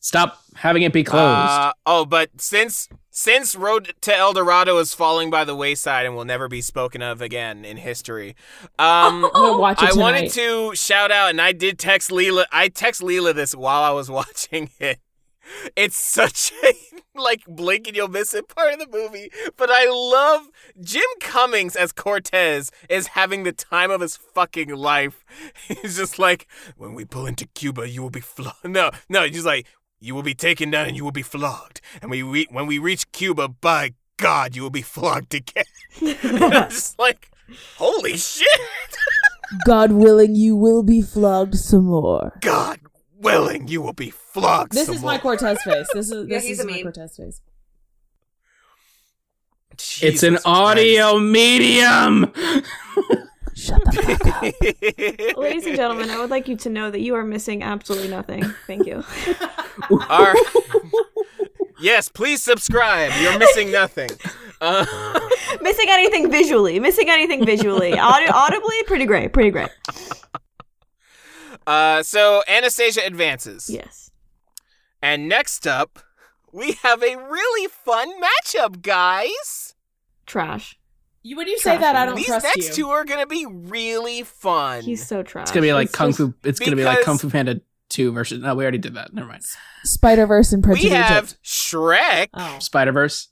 Stop having it be closed.
Uh, oh, but since since Road to El Dorado is falling by the wayside and will never be spoken of again in history, um,
I'm gonna watch it
I
tonight.
wanted to shout out, and I did text Leela. I text Leela this while I was watching it. It's such a like blink and you'll miss it part of the movie, but I love Jim Cummings as Cortez is having the time of his fucking life. He's just like, when we pull into Cuba, you will be flogged. No, no, he's just like, you will be taken down and you will be flogged. And we re- when we reach Cuba, by God, you will be flogged again. and I'm just like, holy shit.
God willing, you will be flogged some more.
God willing, you will be flogged.
This
some
is my
more.
Cortez face. This is
Yeah,
this
he's
is
a
my
meme.
Cortez face.
it's
Jesus
an audio medium.
Shut the fuck up.
Christ.
Ladies and gentlemen, I would like you to know that you are missing absolutely nothing. Thank you.
All right. Yes, please subscribe. You're missing nothing. Uh,
missing anything visually? Missing anything visually? Audi- audibly, pretty great. Pretty great.
uh, so Anastasia advances.
Yes.
And next up, we have a really fun matchup, guys.
Trash.
You, when you say that, I don't
These
trust
next
you.
two are gonna be really fun.
He's so trash.
It's gonna be like
He's
Kung
so-
Fu. It's gonna be like
because-
Kung Fu Panda Two versus. No, we already did that. Never mind.
Spider Verse and Prince
we
of
have
Egypt.
Shrek
Oh,
Spider Verse.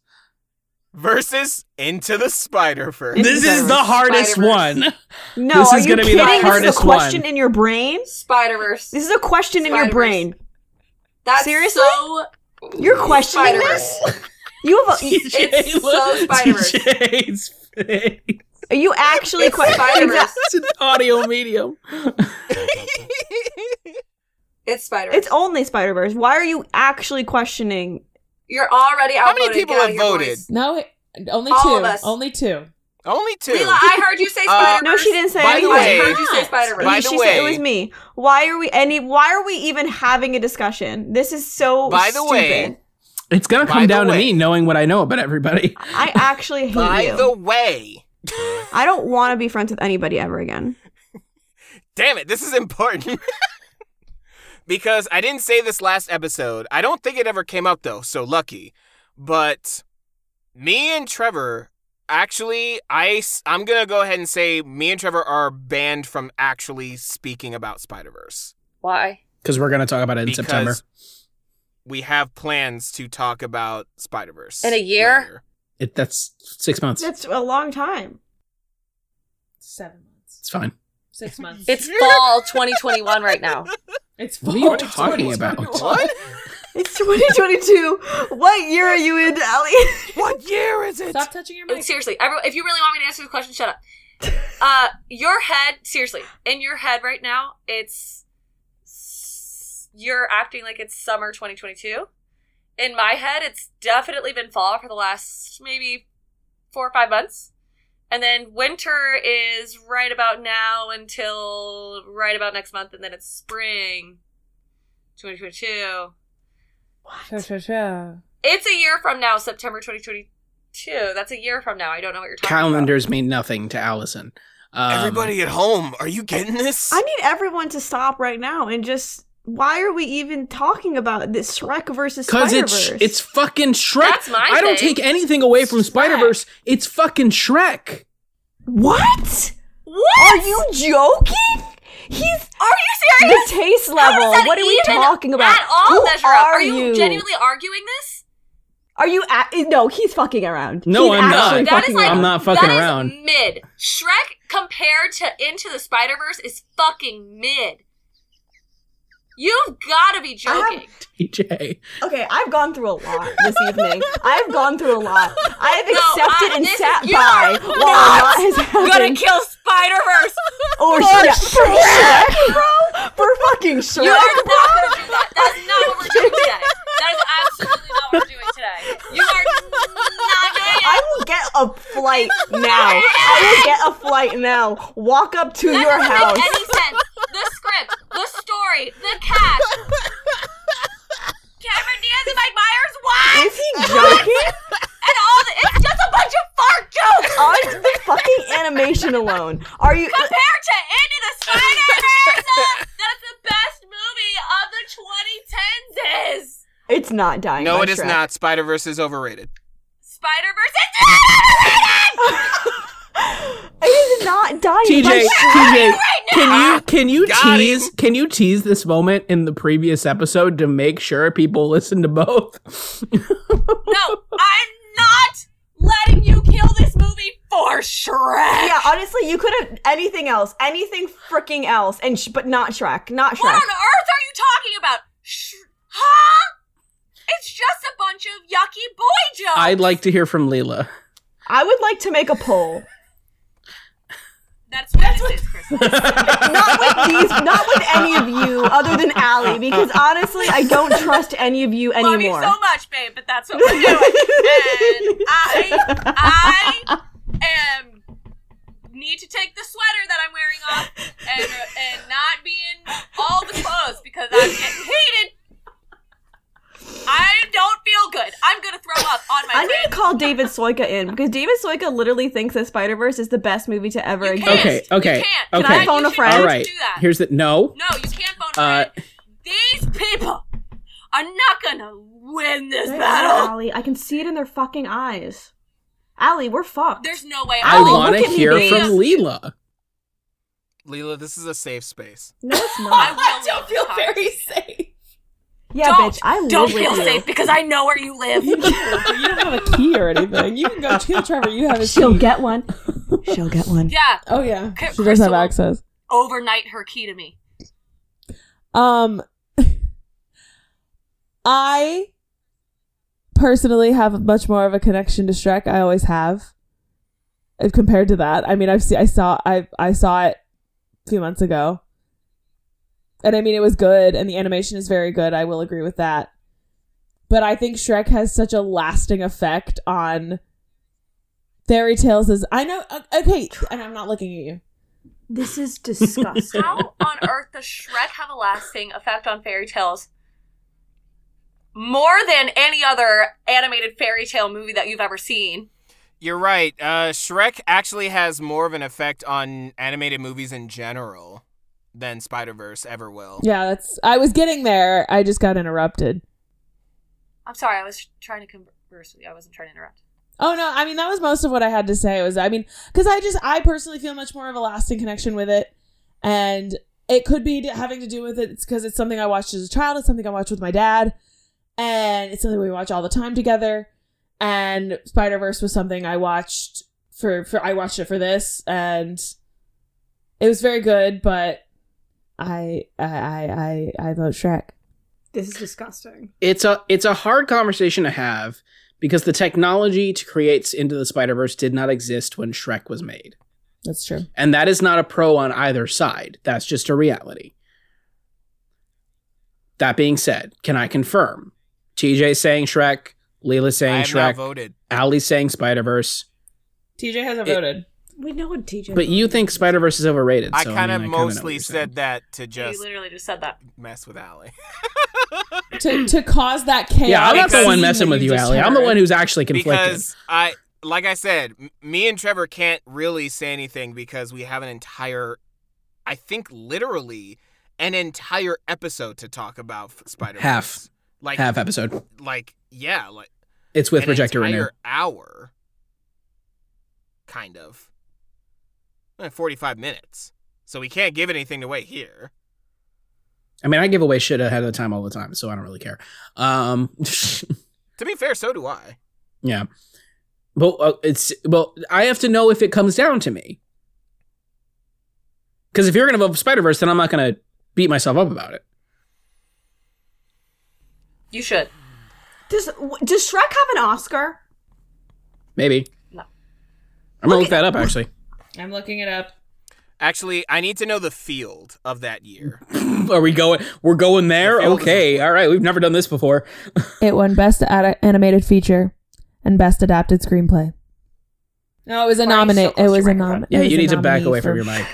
versus Into the Spider Verse.
Into
This is
the
the hardest
Spider-Verse.
one.
No,
This
are
is
you
gonna be
kidding?
the
this is
hardest
a question
one.
in your brain.
Spider Verse.
This is a question in your
Spider-Verse.
brain.
That's
Seriously?
so.
You're questioning
Spider-Verse.
You have. A,
It's so Spider-Verse.
TJ's face.
are you actually
It's
questioning?
Spider-Verse.
It's an audio medium.
It's Spider Verse.
It's only Spider Verse. Why are you actually questioning?
You're already
How many
outvoted.
people
Get out
have
of here,
voted?
boys.
no, only
All
two.
of us.
Only two.
Only two.
Leela, I heard you say
Uh,
Spider Verse.
No, she didn't say
By the
anything.
I
way-
heard you say Spider
By
Verse.
the
she said it
way-
was me. Why are we any? Why are we even having a discussion? This is so.
By the way,
stupid.
It's gonna
By
come
the
down to
way-
me knowing what I know about everybody.
I actually hate
By
you.
the way,
I don't want to be friends with anybody ever again.
damn it, this is important. because I didn't say this last episode. I don't think it ever came out though, so lucky. But me and Trevor actually I s- I'm going to go ahead and say me and Trevor are banned from actually speaking about Spider-Verse.
Why?
Because we're gonna talk about it in
Because-
September.
We have plans to talk about Spider-Verse
In a year?
later.
It, that's six months.
That's a long time.
Seven months.
It's fine.
Six months.
It's fall 2021 right now.
It's
What are you talking about?
What?
It's 2022. what year are you in, Allie?
what year is it?
Stop touching your
And
mic.
seriously, everyone, if you really want me to answer this question, shut up. Uh, your head, seriously, in your head right now, it's you're acting like it's summer 2022. In my head, it's definitely been fall for the last maybe four or five months, and then winter is right about now until right about next month, and then it's spring 2022.
Sure, sure, sure.
It's a year from now, September 2022. That's a year from now. I don't know what you're talking about.
Calendars mean nothing to Allison. Um,
Everybody at home, are you getting this?
I need everyone to stop right now and just. Why are we even talking about this Shrek versus
Cause
Spider
it's
Verse?
it's fucking Shrek.
That's my
I don't
thing.
take anything away from
Shrek.
Spider Verse. It's fucking Shrek.
what?
What?
Are you joking? He's
Are you
the
serious?
taste
How is
level.
that
What are we
even
talking about?
At all
Who
measure
are,
up. Are you,
you?
genuinely arguing this?
Are you? A- no, he's fucking around.
No,
He's
I'm not.
actually
That is
fucking
like
around.
I'm not fucking
that is
around.
mid. Shrek compared to Into the Spider Verse is fucking mid. You've got to be joking.
TJ.
Okay, I've gone through a lot this evening. I've gone through a lot. I have
No,
accepted
I-
and
this is-
sat
you
by
are
while a lot has
I'm gonna
happened.
kill Spider Verse.
Or Shrek, for Shrek, bro, Oh, for fucking Shrek.
You're not gonna do that. That's not what we're doing today. That is absolutely not what we're doing today. You are not doing it.
I will get a flight now. I will get a flight now. Walk up to
That
your
doesn't
house.
Make any sense? The script, the story, the cast. Cameron Diaz and Mike Myers. What?
Is he joking?
And all the, it's just a bunch of fart jokes
On the fucking animation alone. Are you?
compared to Into the Spider Verse. That's the best movie of the 2010s. Is
It's not dying.
no,
by
it is
Shrek.
not. Spider Verse is overrated.
Spider Verse is
It is not dying.
TJ,
by Shrek.
TJ, can you can you
Got him.
tease can you tease this moment in the previous episode to make sure people listen to both?
No, I'm not letting you kill this movie for Shrek.
Yeah, honestly, you could have anything else, anything freaking else, and sh- but not Shrek, not
What
Shrek.
on earth are you talking about? Sh- huh? It's just a bunch of yucky boy jokes.
I'd like to hear from Leela.
I would like to make a poll,
That's what it is, Chris.
not with these, not with any of you, other than Allie, because honestly, I don't trust any of you
Love you
anymore.
so much, babe, but that's what we're doing. and I, I am need to take the sweater that I'm wearing off and and not be in all the clothes because I'm getting heated. I don't feel good. I'm gonna throw up on my
I need to
bed.
call David Soika in because David Soika literally thinks that Spider Verse is the best movie to ever
You
exist.
can't.
Okay, okay,
You can't.
okay.
Can I phone a
You should
friend?
All
not
right.
Do that.
Here's the no.
No, you can't phone a
Uh,
friend. These people I'm not gonna win this
Right now,
battle.
Allie, I can see it in their fucking eyes. Allie, we're fucked.
There's no way. Oh,
I
I'll-
want to
look at me,
hear
babe.
from Leela.
Leela, this is a safe space.
no, it's
I
not.
will
I don't feel
leave.
very safe.
yeah,
don't-
bitch. I live
Don't
with
feel
you.
safe because I know where you live.
you don't have a key or anything. You can go too, Trevor. You have a
She'll
key.
get one. She'll get one.
yeah,
Oh yeah,
Cri-
she does have
Crystal.
access.
overnight her key to me.
Um, I personally have much more of a connection to Shrek. I always have, if compared to that. I mean, I've seen, I saw, I, I saw it a few months ago, and I mean, it was good, and the animation is very good. I will agree with that. But I think Shrek has such a lasting effect on fairy tales. As I know, o- okay, and I'm not looking at you.
This is disgusting.
How on earth does Shrek have a lasting effect on fairy tales? More than any other animated fairy tale movie that you've ever seen.
You're right. Uh, Shrek actually has more of an effect on animated movies in general than Spider Verse ever will.
Yeah, that's. I was getting there. I just got interrupted.
I'm sorry, I was trying to converse with you. I wasn't trying to interrupt.
Oh no, I mean that was most of what I had to say. Was I mean, because I just I personally feel much more of a lasting connection with it, and it could be d- having to do with it because it's something I watched as a child. It's something I watched with my dad, and it's something we watch all the time together. And Spider Verse was something I watched for for I watched it for this, and it was very good. But I I I I, I vote Shrek.
this is disgusting.
It's a it's a hard conversation to have because the technology to create Into the Spider Verse did not exist when Shrek was made,
That's true.
and that is not a pro on either side. That's just a reality. That being said, can I confirm? TJ saying Shrek, Leela
I
saying
have now
Shrek,
voted.
Ali saying Spider Verse.
TJ hasn't
It-
voted.
We know what TJ.
But you think Spider Verse is overrated?
I
so,
kind of
mean, I kinda know what
mostly
you're
said
saying.
that to
you
just
literally just said that.
mess with Allie.
to to cause that chaos.
Yeah, I'm not the
Because-
one messing with you, Ali. I'm the one who's actually conflicted.
because I, like I said, m- me and Trevor can't really say anything because we have an entire, I think literally an entire episode to talk about Spider
Half.
like
half episode.
like yeah, like
It's with
an
Projector
entire
Renew.
hour, kind of, Eh, forty-five minutes. So we can't give anything away here.
I mean, I give away shit ahead of the time all the time, so I don't really care. Um,
To be fair, so do I.
yeah, but uh, it's well, I have to know if it comes down to me. Because if you're gonna vote Spider Verse, then I'm not gonna beat myself up about it.
You should.
does w- does Shrek have an Oscar?
Maybe.
No.
I'm gonna look that up actually.
I'm looking it up.
Actually, I need to know the field of that year.
Are we going? We're going there.
I feel this
Okay. All right. We've never done this before.
It won Best Ad- Animated Feature and Best Adapted Screenplay. No, it was a
Why are you so
nominee.
close
it
to
was
your
a
microphone?
nom.
Yeah,
it was
you
a
need to back
nominee
away from
for-
your mic.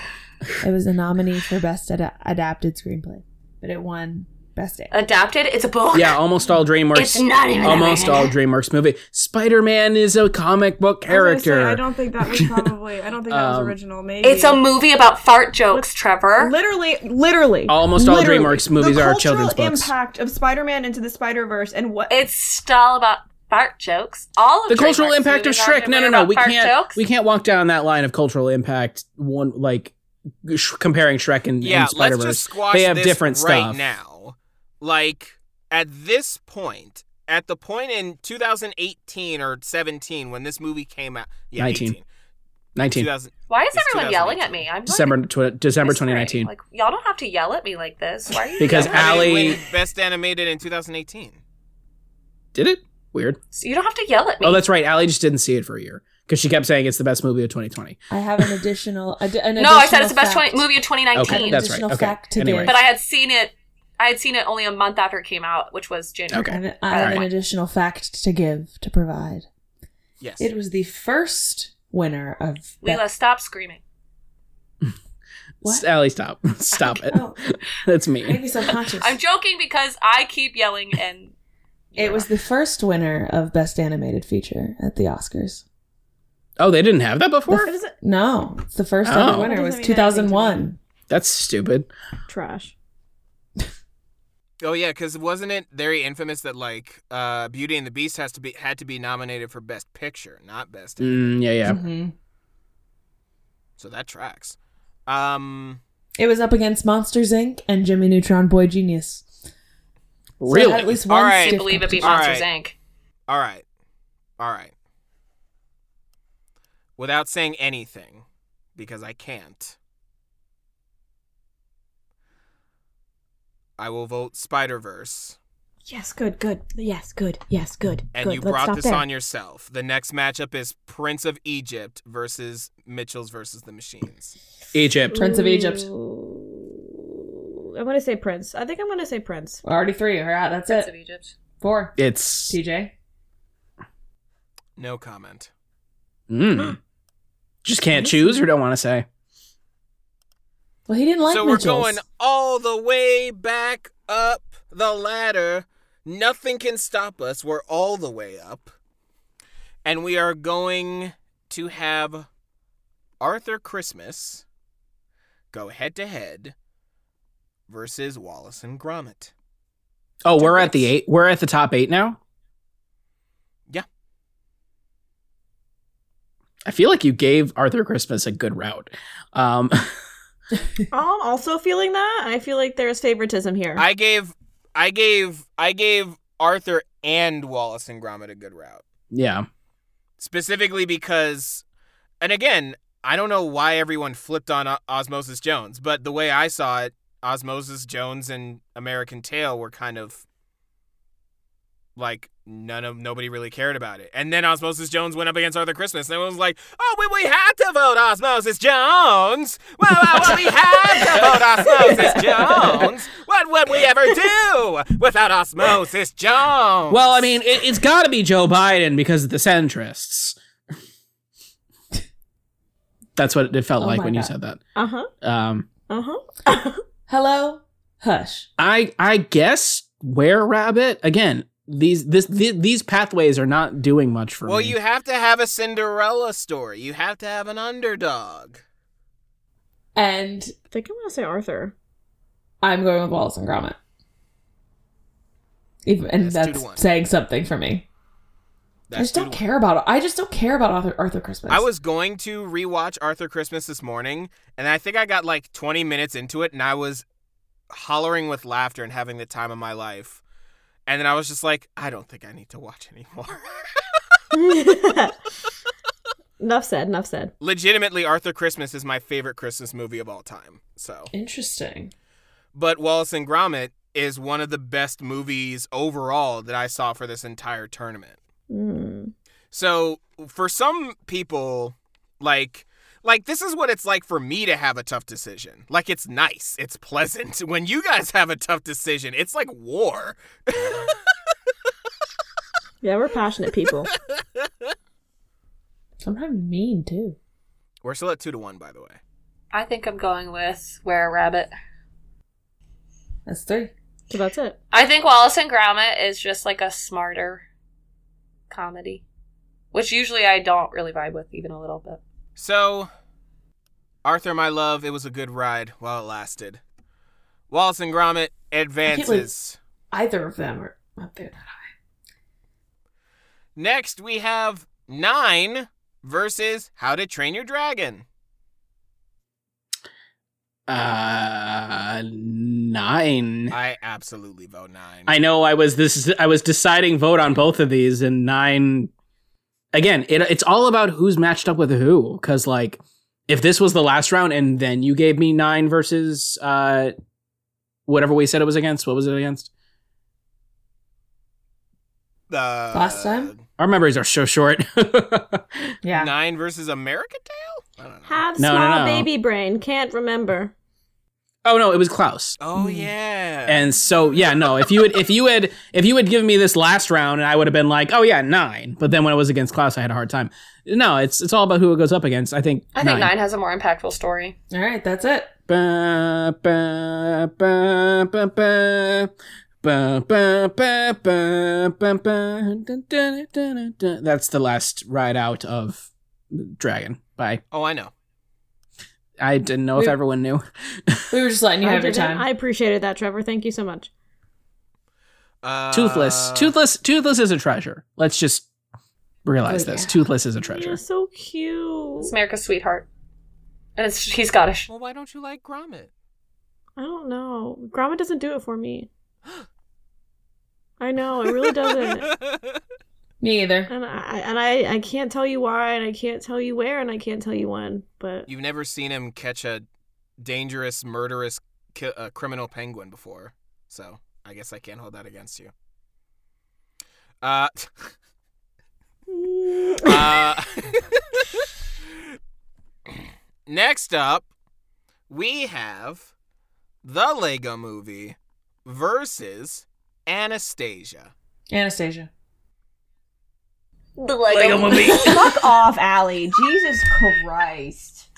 It was a nominee for Best Ad- Adapted Screenplay, but it won Best. Ad-
Adapted? It's a book.
Yeah, almost all DreamWorks.
It's not even
almost all
animated.
DreamWorks movie. Spider Man is a comic book
I was gonna
character.
Say, I don't think that was probably. I don't think that was
Um,
original. Maybe
It's a movie about fart jokes, Trevor.
Literally, literally,
Almost all
literally,
DreamWorks movies
the
are
cultural
children's books.
Impact of Spider-Man into the Spider-Verse and what?
It's still about fart jokes. All of
the cultural
DreamWorks
impact of
movies are
Shrek. No, no, no.
about
We
fart
can't.
jokes.
We can't walk down that line of cultural impact. One like sh- comparing Shrek and,
yeah,
and Spider
let's just
Verse.
squash
They have
this
different
right
stuff.
now. Like at this point, at the point in 2018 or 17 when this movie came out, yeah,
19.
18,
Nineteen
2000
Why is
It's
everyone yelling at me?
2018.
I'm like-
December tw- December
It's great.
twenty nineteen.
Like y'all don't have to yell at me like this. Why are you
Because
yelling at me?
I mean,
Allie-
winning best animated in 2018.
Did it? Weird.
So you don't have to yell at me.
Oh, that's right. Allie just didn't see it for a year because she kept saying it's the best movie of twenty twenty.
I have an additional. ad- an
no, I said
additional
it's the best
fact.
20, movie of 2019.
Okay, that's right.
additional
Okay.
fact to
Anyway,
give.
But I had seen it. I had seen it only a month after it came out, which was January.
Okay.
I have, I have
Alright.
an additional fact to give to provide.
Yes.
It was the first winner of.
Leela, stop screaming.
What?
S- Allie, stop, stop it.
Oh,
That's me.
made me subconscious.
I'm joking because I keep yelling and
It was the first winner of Best Animated Feature at the Oscars.
Oh, they didn't have that before.
What is it?
No, it's the first
Oh.
ever winner.
That
It was
doesn't mean anything to me.
2001.
That's stupid.
Trash.
Oh yeah, because wasn't it very infamous that like uh, Beauty and the Beast has to be had to be nominated for Best Picture, not Best. Actor.
Mm, yeah, yeah.
Mhm.
So that tracks. Um,
It was up against Monsters Inc. and Jimmy Neutron Boy Genius. So it had at
Really?
least one
All right.
stiff
I believe it be
All
Monsters
right.
Inc.
all right, all right. Without saying anything, because I can't. I will vote Spider Verse.
Yes, good, good. Yes, good. Yes, good.
And
good.
you
Let's
brought
stop
this
there.
on yourself. The next matchup is Prince of Egypt versus Mitchell's versus the Machines.
Egypt.
Prince of Egypt.
Ooh. I'm gonna say Prince. I think I'm gonna say Prince.
Already three. All right, that's
Prince of
it.
Egypt.
Four.
It's
TJ.
No comment.
mm. just can't choose or don't want to say.
Well, he didn't like
so
Mitchell's.
we're going all the way back up the ladder. Nothing can stop us. We're all the way up. And we are going to have Arthur Christmas go head to head versus Wallace and Gromit.
Oh, we're at the eight. We're at the top eight now.
Yeah.
I feel like you gave Arthur Christmas a good route. Um,
I'm also feeling that. I feel like there's favoritism here.
I gave I gave I gave Arthur and Wallace and Gromit a good route.
yeah.
specifically because and again i don't know why everyone flipped on O- osmosis jones but the way i saw it osmosis jones and american tail were kind of like none of nobody really cared about it and then osmosis jones went up against arthur christmas and everyone was like oh we, we have to vote osmosis jones well, well, well we have to vote osmosis jones what would we ever do without osmosis jones
Well, I mean, it, it's got to be Joe Biden because of the centrists. That's what it felt
Oh
like
my
when you
God.
said that.
Uh huh.
Um,
Uh huh.
Hello. Hush.
I I guess where rabbit again. These this th- these pathways are not doing much for
well,
me.
you have to have a Cinderella story. You have to have an underdog.
And
I think I'm gonna say Arthur.
I'm going with Wallace and Gromit. Even, and
That's two
that's
to one.
saying something for me. I just don't
dude-
care about. I just don't care about Arthur, Arthur Christmas.
I was going to rewatch Arthur Christmas this morning, and I think I got like 20 minutes into it, and I was hollering with laughter and having the time of my life. And then I was just like, I don't think I need to watch anymore.
enough said. Enough said.
Legitimately, Arthur Christmas is my favorite Christmas movie of all time. So,
interesting.
but Wallace and Gromit is one of the best movies overall that I saw for this entire tournament.
Mm.
So for some people, like like this is what it's like for me to have a tough decision. Like it's nice, it's pleasant. When you guys have a tough decision, it's like war.
Yeah, we're passionate people.
Sometimes mean too.
We're still at two to one, by the way.
I think I'm going with Where a Rabbit.
That's three.
so that's it.
I think Wallace and Gromit is just like a smarter comedy, which usually I don't really vibe with even a little bit.
So Arthur, my love, it was a good ride while it lasted. Wallace and Gromit advances.
Either of them are up there.
Next we have nine versus how to train your dragon.
uh, nine.
I absolutely vote nine.
I know I was this I was deciding vote on both of these and nine again it, it's all about who's matched up with who cuz like if this was the last round and then you gave me 9 versus uh whatever we said it was against what was it against
Uh,
Last time?
our memories are so short
Yeah.
Nine versus American Tail? I don't know.
Have
No, no,
small
no.
baby brain. Can't remember.
oh no it was Klaus
Oh
Mm.
yeah.
Hmm. and so yeah no if you had if you had if you had given me this last round and I would have been like oh yeah 9 but then when it was against Klaus I had a hard time no it's it's all about who it goes up against I think
I think Nine has a more impactful story.
All right, that's it.
Ba, ba, ba, ba, ba. Ba, ba, ba, ba, ba, ba. Dun, dun, dun, dun, dun. That's the last ride out of Dragon. Bye.
oh, I know.
I didn't know if
We-
everyone knew.
We were just letting you
I
have your
didn't-
time.
I appreciated that, Trevor. Thank you so much.
Uh,
Toothless, toothless, toothless is a treasure. Let's just realize
Oh,
this.
yeah.
Toothless is a treasure.
You're so cute.
It's America's sweetheart. And it's, he's Scottish.
Well, why don't you like Gromit?
I don't know. Grandma doesn't do it for me. I know it really doesn't,
Me either.
and I and I I can't tell you why, and I can't tell you where, and I can't tell you when. But
You've never seen him catch a dangerous, murderous ki- uh, criminal penguin before, so I guess I can't hold that against you. Uh, uh, next up, we have the Lego Movie versus Anastasia.
Anastasia.
The Lego, movie.
Fuck off, Allie. Jesus Christ.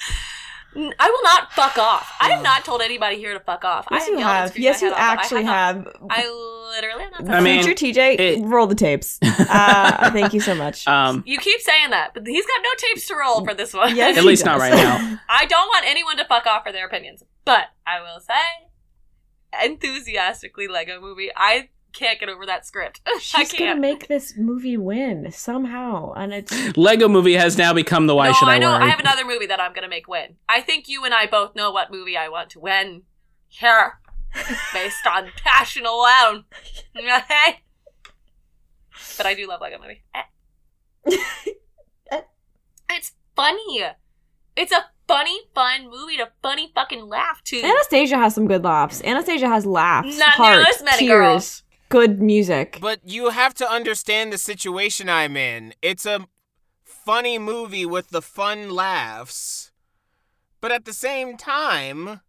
I will not fuck off. I have not told anybody here to fuck off. I
Yes,
have
you
yelled and
have. Yes, you actually
screamed my head off, but I not-
have.
I literally have not.
I
I
mean-
mean,
Future TJ,
it-
roll the tapes. Uh, thank you so much.
Um,
you keep saying that, but he's got no tapes to roll for this one.
Yes,
At
he
least not
does.
right now.
I don't want anyone to fuck off for their opinions, but I will say, enthusiastically, Lego movie. I can't get over that script. I
she's gonna
can't.
make this movie win somehow, and it's
Lego Movie has now become the Why
no,
Should I,
I know.
Worry?
I have another movie that I'm gonna make win. I think you and I both know what movie I want to win. Here, based on passion alone. Okay? but I do love Lego Movie. Eh. it's funny. It's a funny, fun movie to funny fucking laugh to.
Anastasia has some good laughs. Anastasia has laughs,
Not nearly
heart,
as many,
tears,
girl.
good music.
But you have to understand the situation I'm in. It's a funny movie with the fun laughs. But at the same time,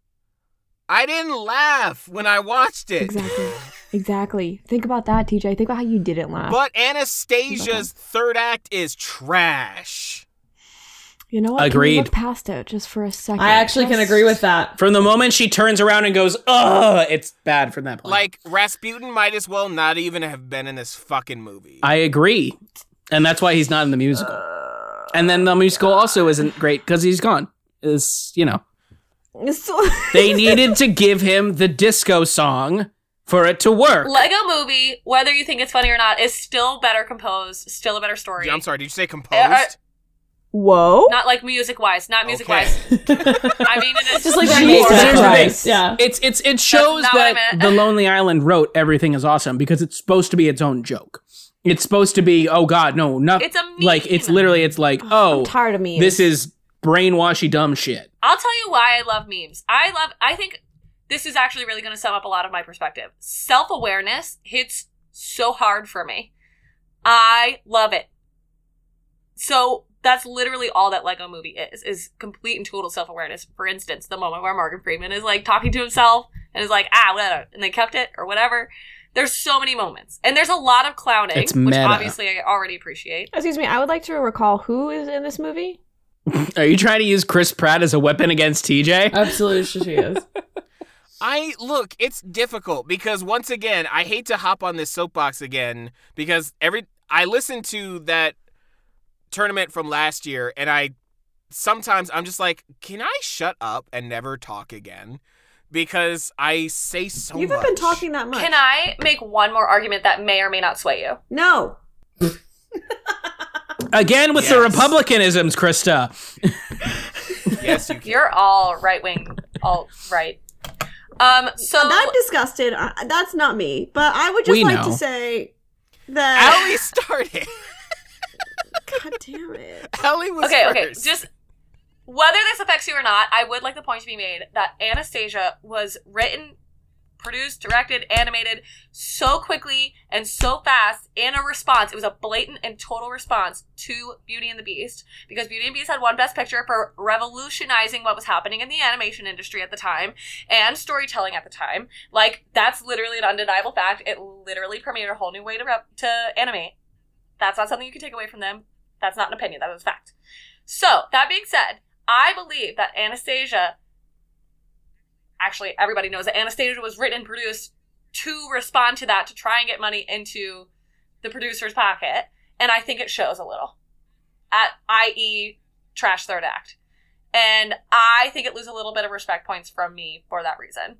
I didn't laugh when I watched it.
Exactly. exactly. Think about that, TJ. Think about how you didn't laugh.
But Anastasia's third act is trash.
you know what? Can we
Agreed.
look past it just for a second.
I actually can agree with that.
From the moment she turns around and goes, "Ugh," it's bad from that point.
Like Rasputin might as well not even have been in this fucking movie.
I agree, and that's why he's not in the musical. and then the musical also isn't great because he's gone. Is you know they needed to give him the disco song for it to work.
Lego movie, whether you think it's funny or not, is still better composed, still a better story.
I'm sorry, did you say composed?
Whoa.
Not like music wise, not music
Okay.
wise. I mean, it is
Just like that
Sure.
Jesus
music.
Christ.
Yeah.
It's it's it shows
not what I
that
meant.
the Lonely Island wrote everything is awesome because it's supposed to be its own joke. It's supposed to be oh god no not
It's a meme.
like it's literally it's like
I'm
oh
tired of me.
this is brainwashy dumb shit.
I'll tell you why I love memes. I love. I think this is actually really going to sum up a lot of my perspective. Self awareness hits so hard for me. I love it. So that's literally all that Lego Movie is: is complete and total self awareness. For instance, the moment where Morgan Freeman is like talking to himself and is like, "Ah, whatever," and they kept it or whatever. There's so many moments, and there's a lot of clowning,
It's
which
meta.
obviously I already appreciate.
Excuse me. I would like to recall who is in this movie.
Are you trying to use Chris Pratt as a weapon against TJ?
Absolutely, she is.
I look, it's difficult because once again, I hate to hop on this soapbox again because every I listened to that tournament from last year and I sometimes I'm just like, can I shut up and never talk again? Because I say so
you
much.
haven't been talking that much.
Can I make one more argument that may or may not sway you?
No.
Again with the
Yes.
Republicanisms, Krista.
Yes, you can.
You're all right wing, all right. Um, so
I'm disgusted. I, that's not me. But I would just
We
like
know.
to say that.
Allie started.
God damn it.
Allie was
okay, okay,
first.
just whether this affects you or not, I would like the point to be made that Anastasia was written, produced, directed, animated so quickly and so fast in a response. It was a blatant and total response to Beauty and the Beast because Beauty and the Beast had one Best Picture for revolutionizing what was happening in the animation industry at the time and storytelling at the time. Like that's literally an undeniable fact. It literally premiered a whole new way to rep- to animate. That's not something you can take away from them. That's not an opinion. That is a fact. So, that being said, I believe that Anastasia. Actually, everybody knows that Anastasia was written and produced to respond to that, to try and get money into the producer's pocket. And I think it shows a little, at i.e., trash third act. And I think it loses a little bit of respect points from me for that reason.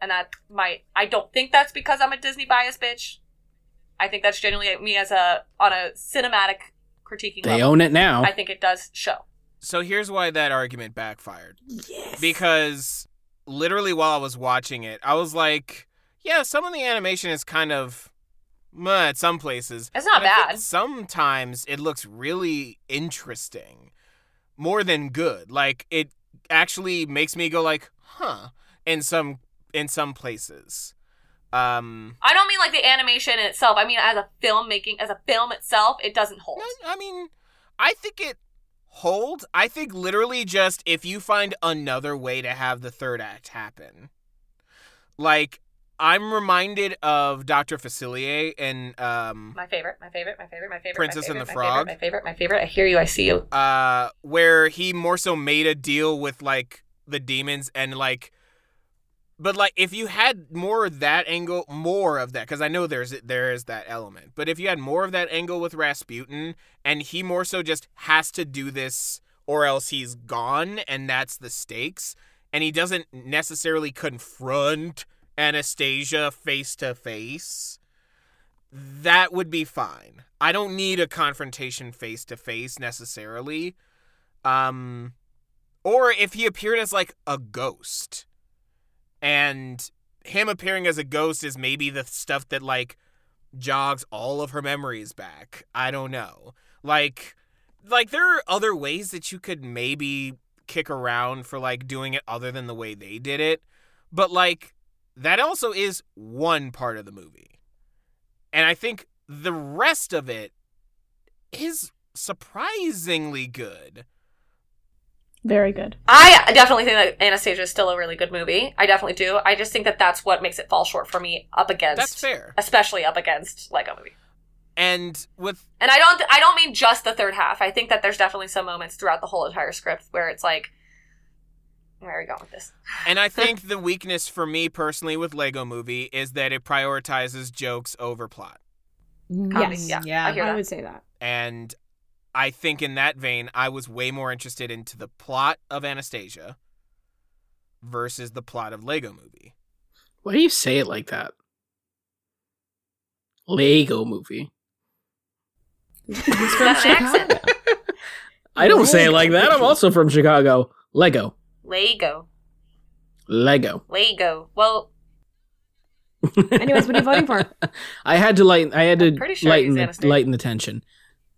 and that might I don't think that's because I'm a Disney bias bitch. I think that's genuinely me as a on a cinematic critiquing.
They
level.
own it now.
I think it does show.
So here's why that argument backfired.
Yes.
Because literally while I was watching it, I was like, yeah, some of the animation is kind of meh at some places.
It's not
But I think
bad.
Sometimes it looks really interesting, more than good. Like it actually makes me go like, huh, in some in some places. Um
I don't mean like the animation in itself. I mean as a filmmaking, as a film itself, it doesn't hold.
No, I mean, I think it holds. I think literally just if you find another way to have the third act happen. Like, I'm reminded of Dr. Facilier and um,
My favorite, my favorite, my favorite, my favorite.
Princess
my
and
favorite,
the
my
Frog.
Favorite, my favorite, my favorite. I hear you. I see you.
uh, where he more so made a deal with like the demons and like but like if you had more of that angle more of that because i know there's there is that element but if you had more of that angle with rasputin and he more so just has to do this or else he's gone and that's the stakes and he doesn't necessarily confront anastasia face to face that would be fine. I don't need a confrontation face to face necessarily. Um or if he appeared as like a ghost. And him appearing as a ghost is maybe the stuff that like jogs all of her memories back. I don't know. Like like there are other ways that you could maybe kick around for like doing it other than the way they did it. But like that also is one part of the movie. And I think the rest of it is surprisingly good.
Very good.
I definitely think that Anastasia is still a really good movie. I definitely do. I just think that that's what makes it fall short for me up against,
That's fair.
especially up against Lego Movie.
And with
And I don't, I don't mean just the third half. I think that there's definitely some moments throughout the whole entire script where it's like, where are we going with this?
and I think the weakness for me personally with Lego Movie is that it prioritizes jokes over plot.
Mm,
Comedy.
Yes.
yeah,
Yeah.
I hear
I
that.
would say that.
And I think in that vein I was way more interested into the plot of Anastasia versus the plot of Lego Movie.
Why do you say it like that? Lego movie.
He's
That's an accent.
I don't say it like that. I'm also from Chicago. Lego.
Lego,
Lego.
Lego. Well,
Anyways, what are you voting for?
I had to lighten. I had
I'm
to
pretty sure
lighten
he's
the,
Anastasia.
lighten the tension.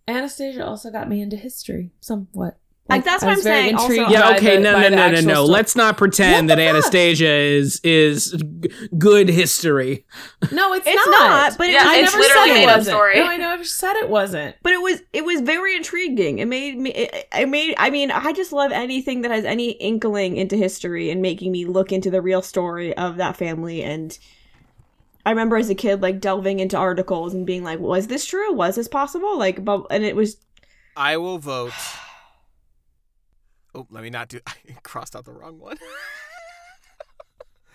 Anastasia also got me into history somewhat.
Like, that's
I
what
was
I'm
very
saying, also-
intrigued
Yeah.
by
Okay.
the-
No.
by
No.
the
No. No.
actual
No.
story.
Let's not pretend that Anastasia is is g- good history.
No, it's,
It's
not.
not, but it
Yeah,
was
I
it's
never
literally
said
made
it
up
wasn't.
story.
No, I never said it wasn't.
but it was it was very intriguing. It made me it, it made I mean, I just love anything that has any inkling into history and making me look into the real story of that family and I remember as a kid like delving into articles and being like, was this true? Was this possible? Like but, and it was
I will vote Oh, let me not do I crossed out the wrong one.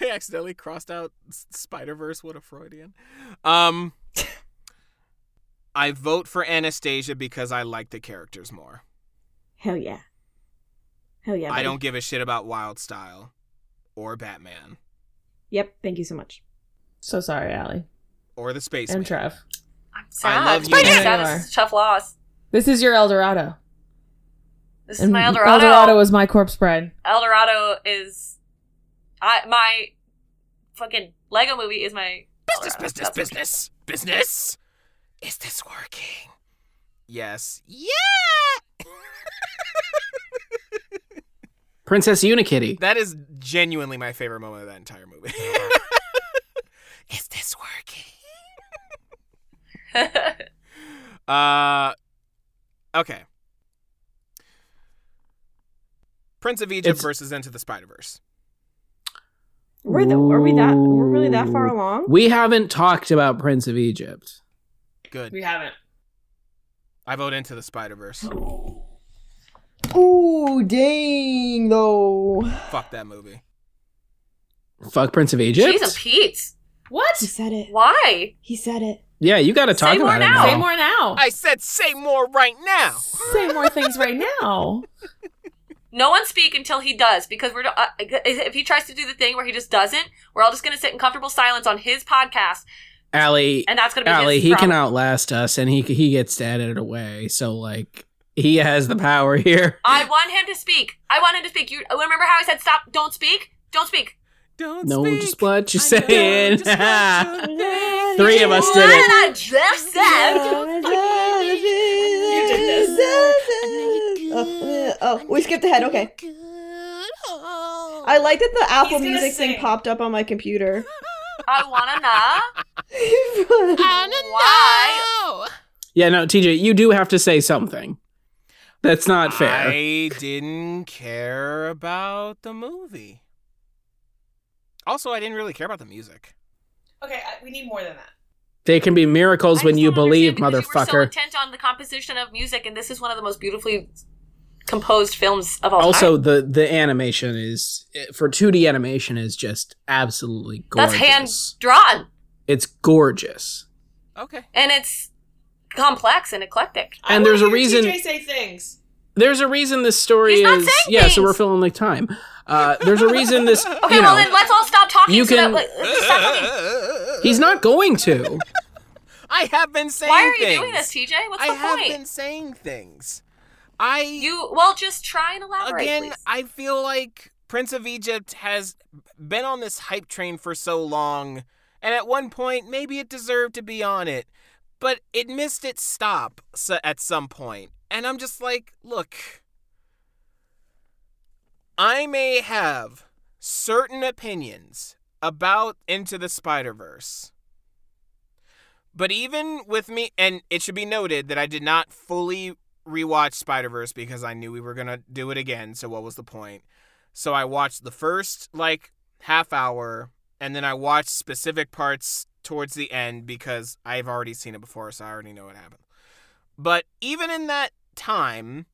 I accidentally crossed out Spider Verse. What a Freudian. Um, I vote for Anastasia because I like the characters more.
hell yeah. Hell yeah.
I
buddy.
don't give a shit about Wild Style or Batman
Yep, thank you so much.
So sorry, Allie
or the Space
and
Man.
Trev.
I'm sad.
love
I'm
you,
sad.
Spider-Man.
This is a tough loss.
This is your El Dorado.
This is my El
El
Dorado.
Dorado is my corpse bride.
El Dorado is, I my fucking Lego movie is my
business,
Colorado.
business,
That's-
business, business. Is this working? Yes. Yeah.
Princess Unikitty.
That is genuinely my favorite moment of that entire movie. Is this working? Uh, okay. Prince of Egypt
It's-
versus Into the Spider Verse.
We're the, are we that we're really that far along?
We haven't talked about Prince of Egypt.
Good.
We haven't.
I vote Into the Spider Verse.
Oh.
Ooh, dang though.
Fuck that movie.
Fuck Prince of Egypt.
Jeez and Pete.
He
What?
said it.
Why?
He said it.
Yeah, you got to talk
Say more
about it.
now.
now.
Say more now.
I said, say more right now.
Say more things right now.
No one speak until he does, because we're uh, if he tries to do the thing where he just doesn't, we're all just going to sit in comfortable silence on his podcast,
Allie,
and that's going to be
Allie,
his
he
problem.
can outlast us, and he he gets to edit it away. So like, he has the power here.
I want him to speak. I want him to speak. You remember how I said stop? Don't speak. Don't speak.
Don't
No,
speak.
just what
I
you're
know
saying.
just what you're saying.
Three of us did it.
What I just said.
You
did
Oh, oh, we skipped ahead. Okay.
Oh,
I like that the Apple Music thing popped up on my computer.
I wanna know why.
Yeah, no, TJ, you do have to say something. That's not fair.
I didn't care about the movie. Also, I didn't really care about the music.
Okay, I- we need more than that.
they can be miracles
I
when
just
you
don't understand
believe,
because You were so
motherfucker.
intent on the composition of music, and this is one of the most beautifully composed films of all
also,
time.
the the animation is for 2D animation is just absolutely gorgeous.
that's hand drawn,
It's gorgeous.
Okay.
and it's complex and eclectic.
I
And
wanna
there's a
hear
reason-
TJ say things.
There's a reason this story
He's not
is
saying
yeah. So
things.
we're filling like time. Uh, there's a reason this.
Okay,
you know,
well then let's all stop talking.
you
so
can-
that, like, let's stop talking.
he's not going to.
I have been saying
Why are you
things.
doing this, TJ? What's
I
the
have
point?
been saying things. I
You well, just try and elaborate.
again,
please.
I feel like Prince of Egypt has been on this hype train for so long, and at one point, maybe it deserved to be on it, but it missed its stop so at some point. And I'm just like, look, I may have certain opinions about Into the Spider Verse. But even with me, and it should be noted that I did not fully rewatch Spider Verse because I knew we were gonna do it again. So what was the point? So I watched the first like half hour, and then I watched specific parts towards the end because I've already seen it before, so I already know what happened. But even in that time,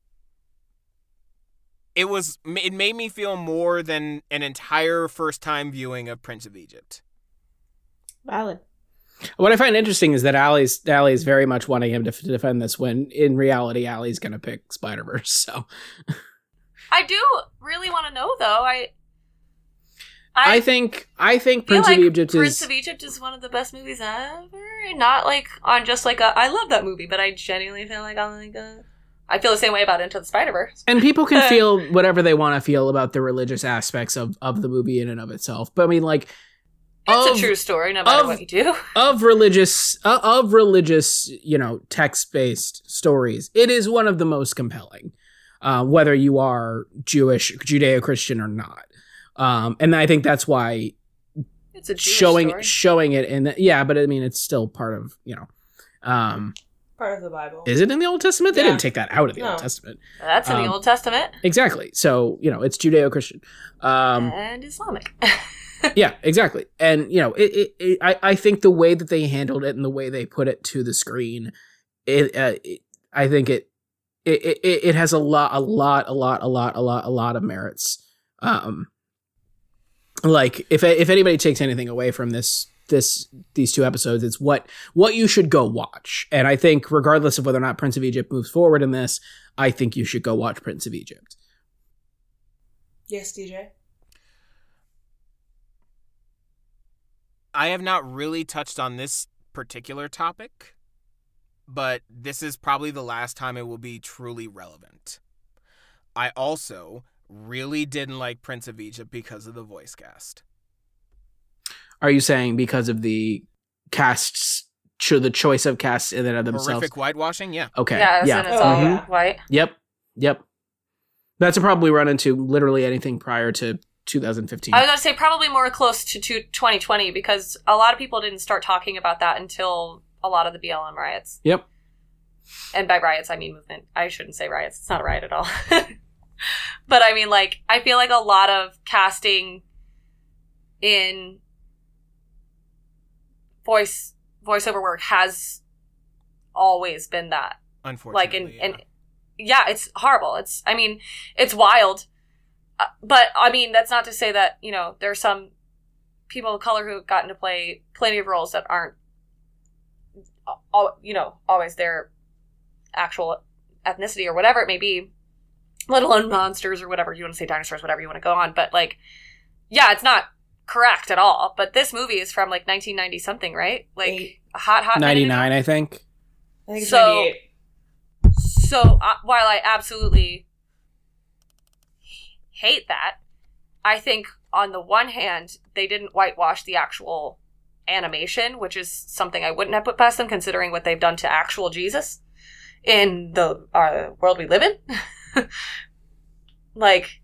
it was it made me feel more than an entire first time viewing of Prince of Egypt.
Valid.
What I find interesting is that Allie's Allie's very much wanting him to f- defend this when in reality Allie's going to pick Spider Verse. So
I do really want to know though. I
I, think I think
feel
Prince
like
of Egypt
Prince
is
of Egypt is one of the best movies ever. and Not like on just like a I love that movie, but I genuinely feel like I'm like a, I feel the same way about Into the Spider Verse.
and people can feel whatever they want to feel about the religious aspects of of the movie in and of itself. But I mean, like
It's
of-
a true story, no matter
of-
what you do.
of religious uh, of religious you know text based stories it is one of the most compelling uh, whether you are jewish judeo-christian or not um, and i think that's why
It's a Jewish
showing
story.
showing it in the, yeah but i mean it's still part of you know um,
Part of the Bible.
is it in the old testament they
Yeah.
didn't take that out of the
No.
old testament
That's in the
um,
Old Testament
exactly so you know it's judeo-christian um,
and Islamic.
yeah, exactly. And you know, it, it, it, I I think the way that they handled it and the way they put it to the screen, it, uh, it I think it, it it it it has a lot, a lot, a lot, a lot, a lot, a lot of merits. Um, like if if anybody takes anything away from this this these two episodes, it's what what you should go watch. And I think regardless of whether or not Prince of Egypt moves forward in this, I think you should go watch Prince of Egypt.
Yes, DJ.
I have not really touched on this particular topic, but this is probably the last time it will be truly relevant. I also really didn't like Prince of Egypt because of the voice cast.
Are you saying because of the casts, cho- the choice of casts in and of themselves?
Horrific whitewashing, yeah.
Okay. Yeah.
Yeah,
Mm-hmm.
yeah. and it's
Oh,
all
yeah.
white.
Yep. Yep. That's a problem we run into literally anything prior to 2015.
I was going to say probably more close to two- 2020 because a lot of people didn't start talking about that until a lot of the BLM riots.
Yep.
And by riots, I mean movement. I shouldn't say riots. It's not a riot at all. but I mean, like, I feel like a lot of casting in voice voiceover work has always been that like
Unfortunately.
and and yeah it's horrible it's i mean it's wild Uh, but i mean that's not to say that you know there's some people of color who have gotten to play plenty of roles that aren't uh, all you know always their actual ethnicity or whatever it may be let alone monsters or whatever you want to say, dinosaurs, whatever you want to go on. But like, yeah, it's not correct at all. But this movie is from like 1990 something, right? Like a hot, hot minute
Ninety
ago.
nine, I think.
I think it's
So-
98.
So uh, while I absolutely hate that, I think on the one hand they didn't whitewash the actual animation, which is something I wouldn't have put past them considering what they've done to actual Jesus in the uh, world we live in. like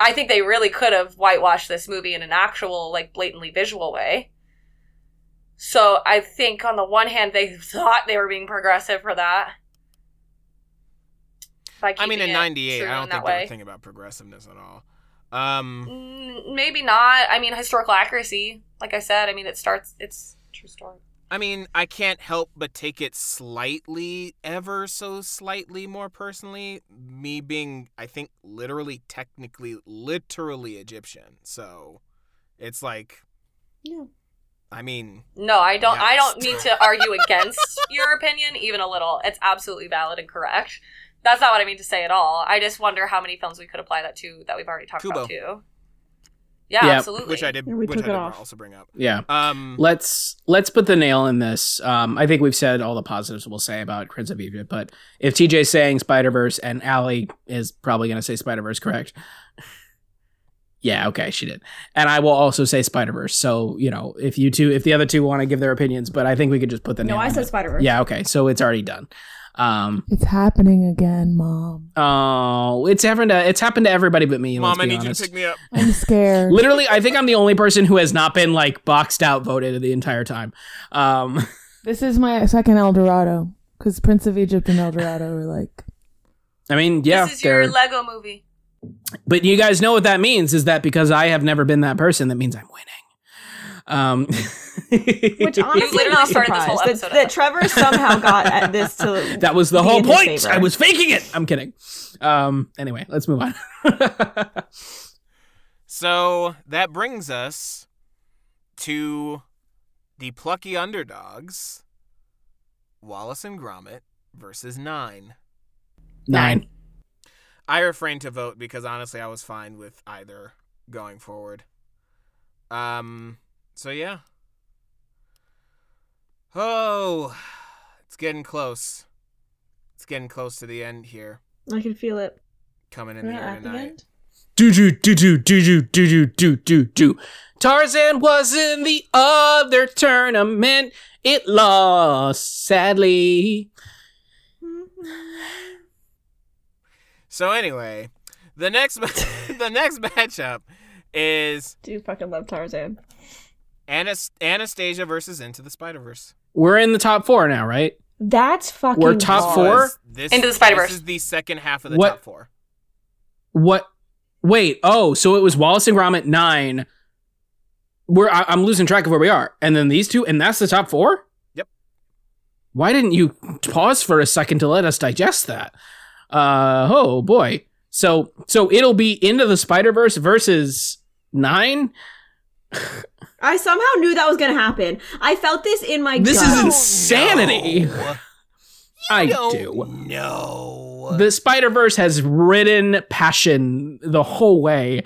I think they really could have whitewashed this movie in an actual like blatantly visual way. So I think on the one hand they thought they were being progressive for that. By
I mean,
keeping
in
it
'98,
true
I don't
in that
think they
way.
were thinking about progressiveness at all. Um,
Mm, Maybe not. I mean, historical accuracy. Like I said, I mean, it starts. It's true story.
I mean, I can't help but take it slightly, ever so slightly more personally. Me being, I think, literally, technically, literally Egyptian. So it's like,
Yeah.
I mean,
No, I don't. I don't
Yes.
need to argue against your opinion even a little. It's absolutely valid and correct. That's not what I mean to say at all. I just wonder how many films we could apply that to that we've already talked
Kubo.
about too. Yeah,
Yeah.
absolutely.
which I did,
And we
which I
took it
did
off.
also bring up.
Yeah.
Um,
Let's let's put the nail in this. Um, I think we've said all the positives we'll say about Prince of Egypt, but if TJ's saying Spider Verse and Allie is probably going to say Spider Verse, correct? yeah, okay, she did, and I will also say Spider Verse. So you know, if you two, if the other two want to give their opinions, but I think we could just put the
No,
nail.
I
in
said
it.
Spider Verse.
Yeah, okay, so it's already done. Um,
It's happening again, Mom.
oh, it's happened to it's happened to everybody but me.
Mom,
let's
I
be
need
honest.
you to pick me up.
I'm scared.
Literally, I think I'm the only person who has not been like boxed out voted the entire time. Um,
this is my second El Dorado because Prince of Egypt and El Dorado are like.
I mean, yeah,
this is your
they're-
Lego movie.
but you guys know what that means is that because I have never been that person, that means I'm winning. Um,
Which honestly,
literally
I'm
started this whole
surprised
episode
that,
of
that
that.
Trevor somehow got at this to
that was the
be
whole
in his
point.
favor.
I was faking it. I'm kidding. Um, anyway, let's move on.
So that brings us to the plucky underdogs, Wallace and Gromit versus Nine.
Nine.
I refrained to vote because honestly, I was fine with either going forward. Um. So yeah. Oh, it's getting close. It's getting close to the end here.
I can feel it.
Coming in the air tonight.
Do do do do do do do do do do do. Tarzan was in the other tournament. It lost sadly.
So anyway, the next the next matchup is
Do fucking love Tarzan.
Anas- Anastasia versus Into the Spider Verse.
We're in the top four now, right?
That's fucking.
We're top
hard.
four.
This,
Into the Spider-Verse.
This is the second half of the
What-
top four.
What? Wait. Oh, so it was Wallace and Gromit nine. We're I, I'm losing track of where we are, and then these two, and that's the top four.
Yep.
Why didn't you pause for a second to let us digest that? Uh oh boy. So so it'll be into the Spider Verse versus nine.
I somehow knew that was gonna happen. I felt this in my
This
gut.
is insanity.
Oh,
I do.
No.
The Spider Verse has ridden passion the whole way.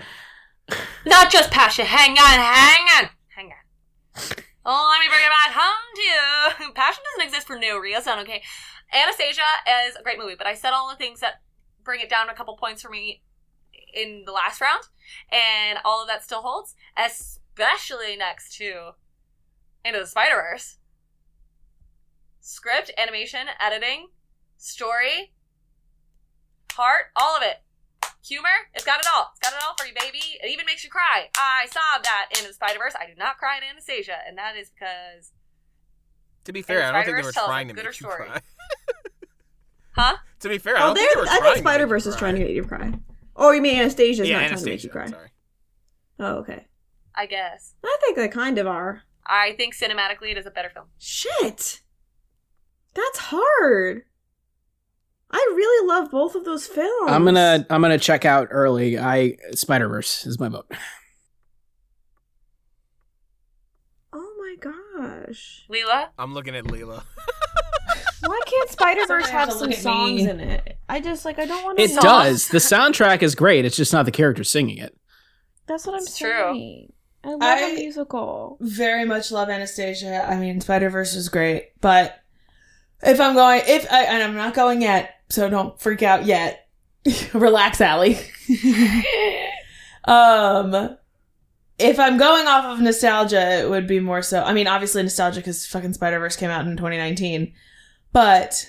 Not just passion. Hang on, hang on, hang on. Oh, let me bring it back home to you. Passion doesn't exist for no reason, okay? Anastasia is a great movie, but I said all the things that bring it down a couple points for me in the last round, and all of that still holds, especially next to Into the Spider Verse. Script, animation, editing, story, heart, all of it. Humor, it's got it all. It's got it all for you, baby. It even makes you cry. I saw that in Spider Verse. I do not cry in Anastasia, and that is because,
to be fair, I don't think they
Spider-Verse
were
tells a
trying to
gooder
make you
story.
cry.
huh?
to be fair, I
Oh,
don't think they
there.
were
I
trying
think
to make
Spider Verse
you
is trying to
cry.
get you to cry. Oh, you mean Anastasia's
yeah,
not trying to make
Anastasia.
you cry?
Sorry.
Oh, okay.
I guess.
I think they kind of are.
I think cinematically it is a better film.
Shit, that's hard. I really love both of those films.
I'm gonna I'm gonna check out early. I Spider Verse is my vote.
Oh my gosh!
Leela?
I'm looking at Leela.
Why can't Spider Verse
Sometimes
have
I'll
some
look at
songs
me.
in it?
I just like I don't want to.
It does. The soundtrack is great. It's just not the characters singing it.
That's what I'm
It's true.
saying. I love
I-
a musical.
very much love Anastasia. I mean, Spider Verse was great, but if I'm going, if I, and I'm not going yet, so don't freak out yet. Relax, Allie. um, if I'm going off of nostalgia, it would be more so. I mean, obviously nostalgia because fucking Spider Verse came out in 2019, but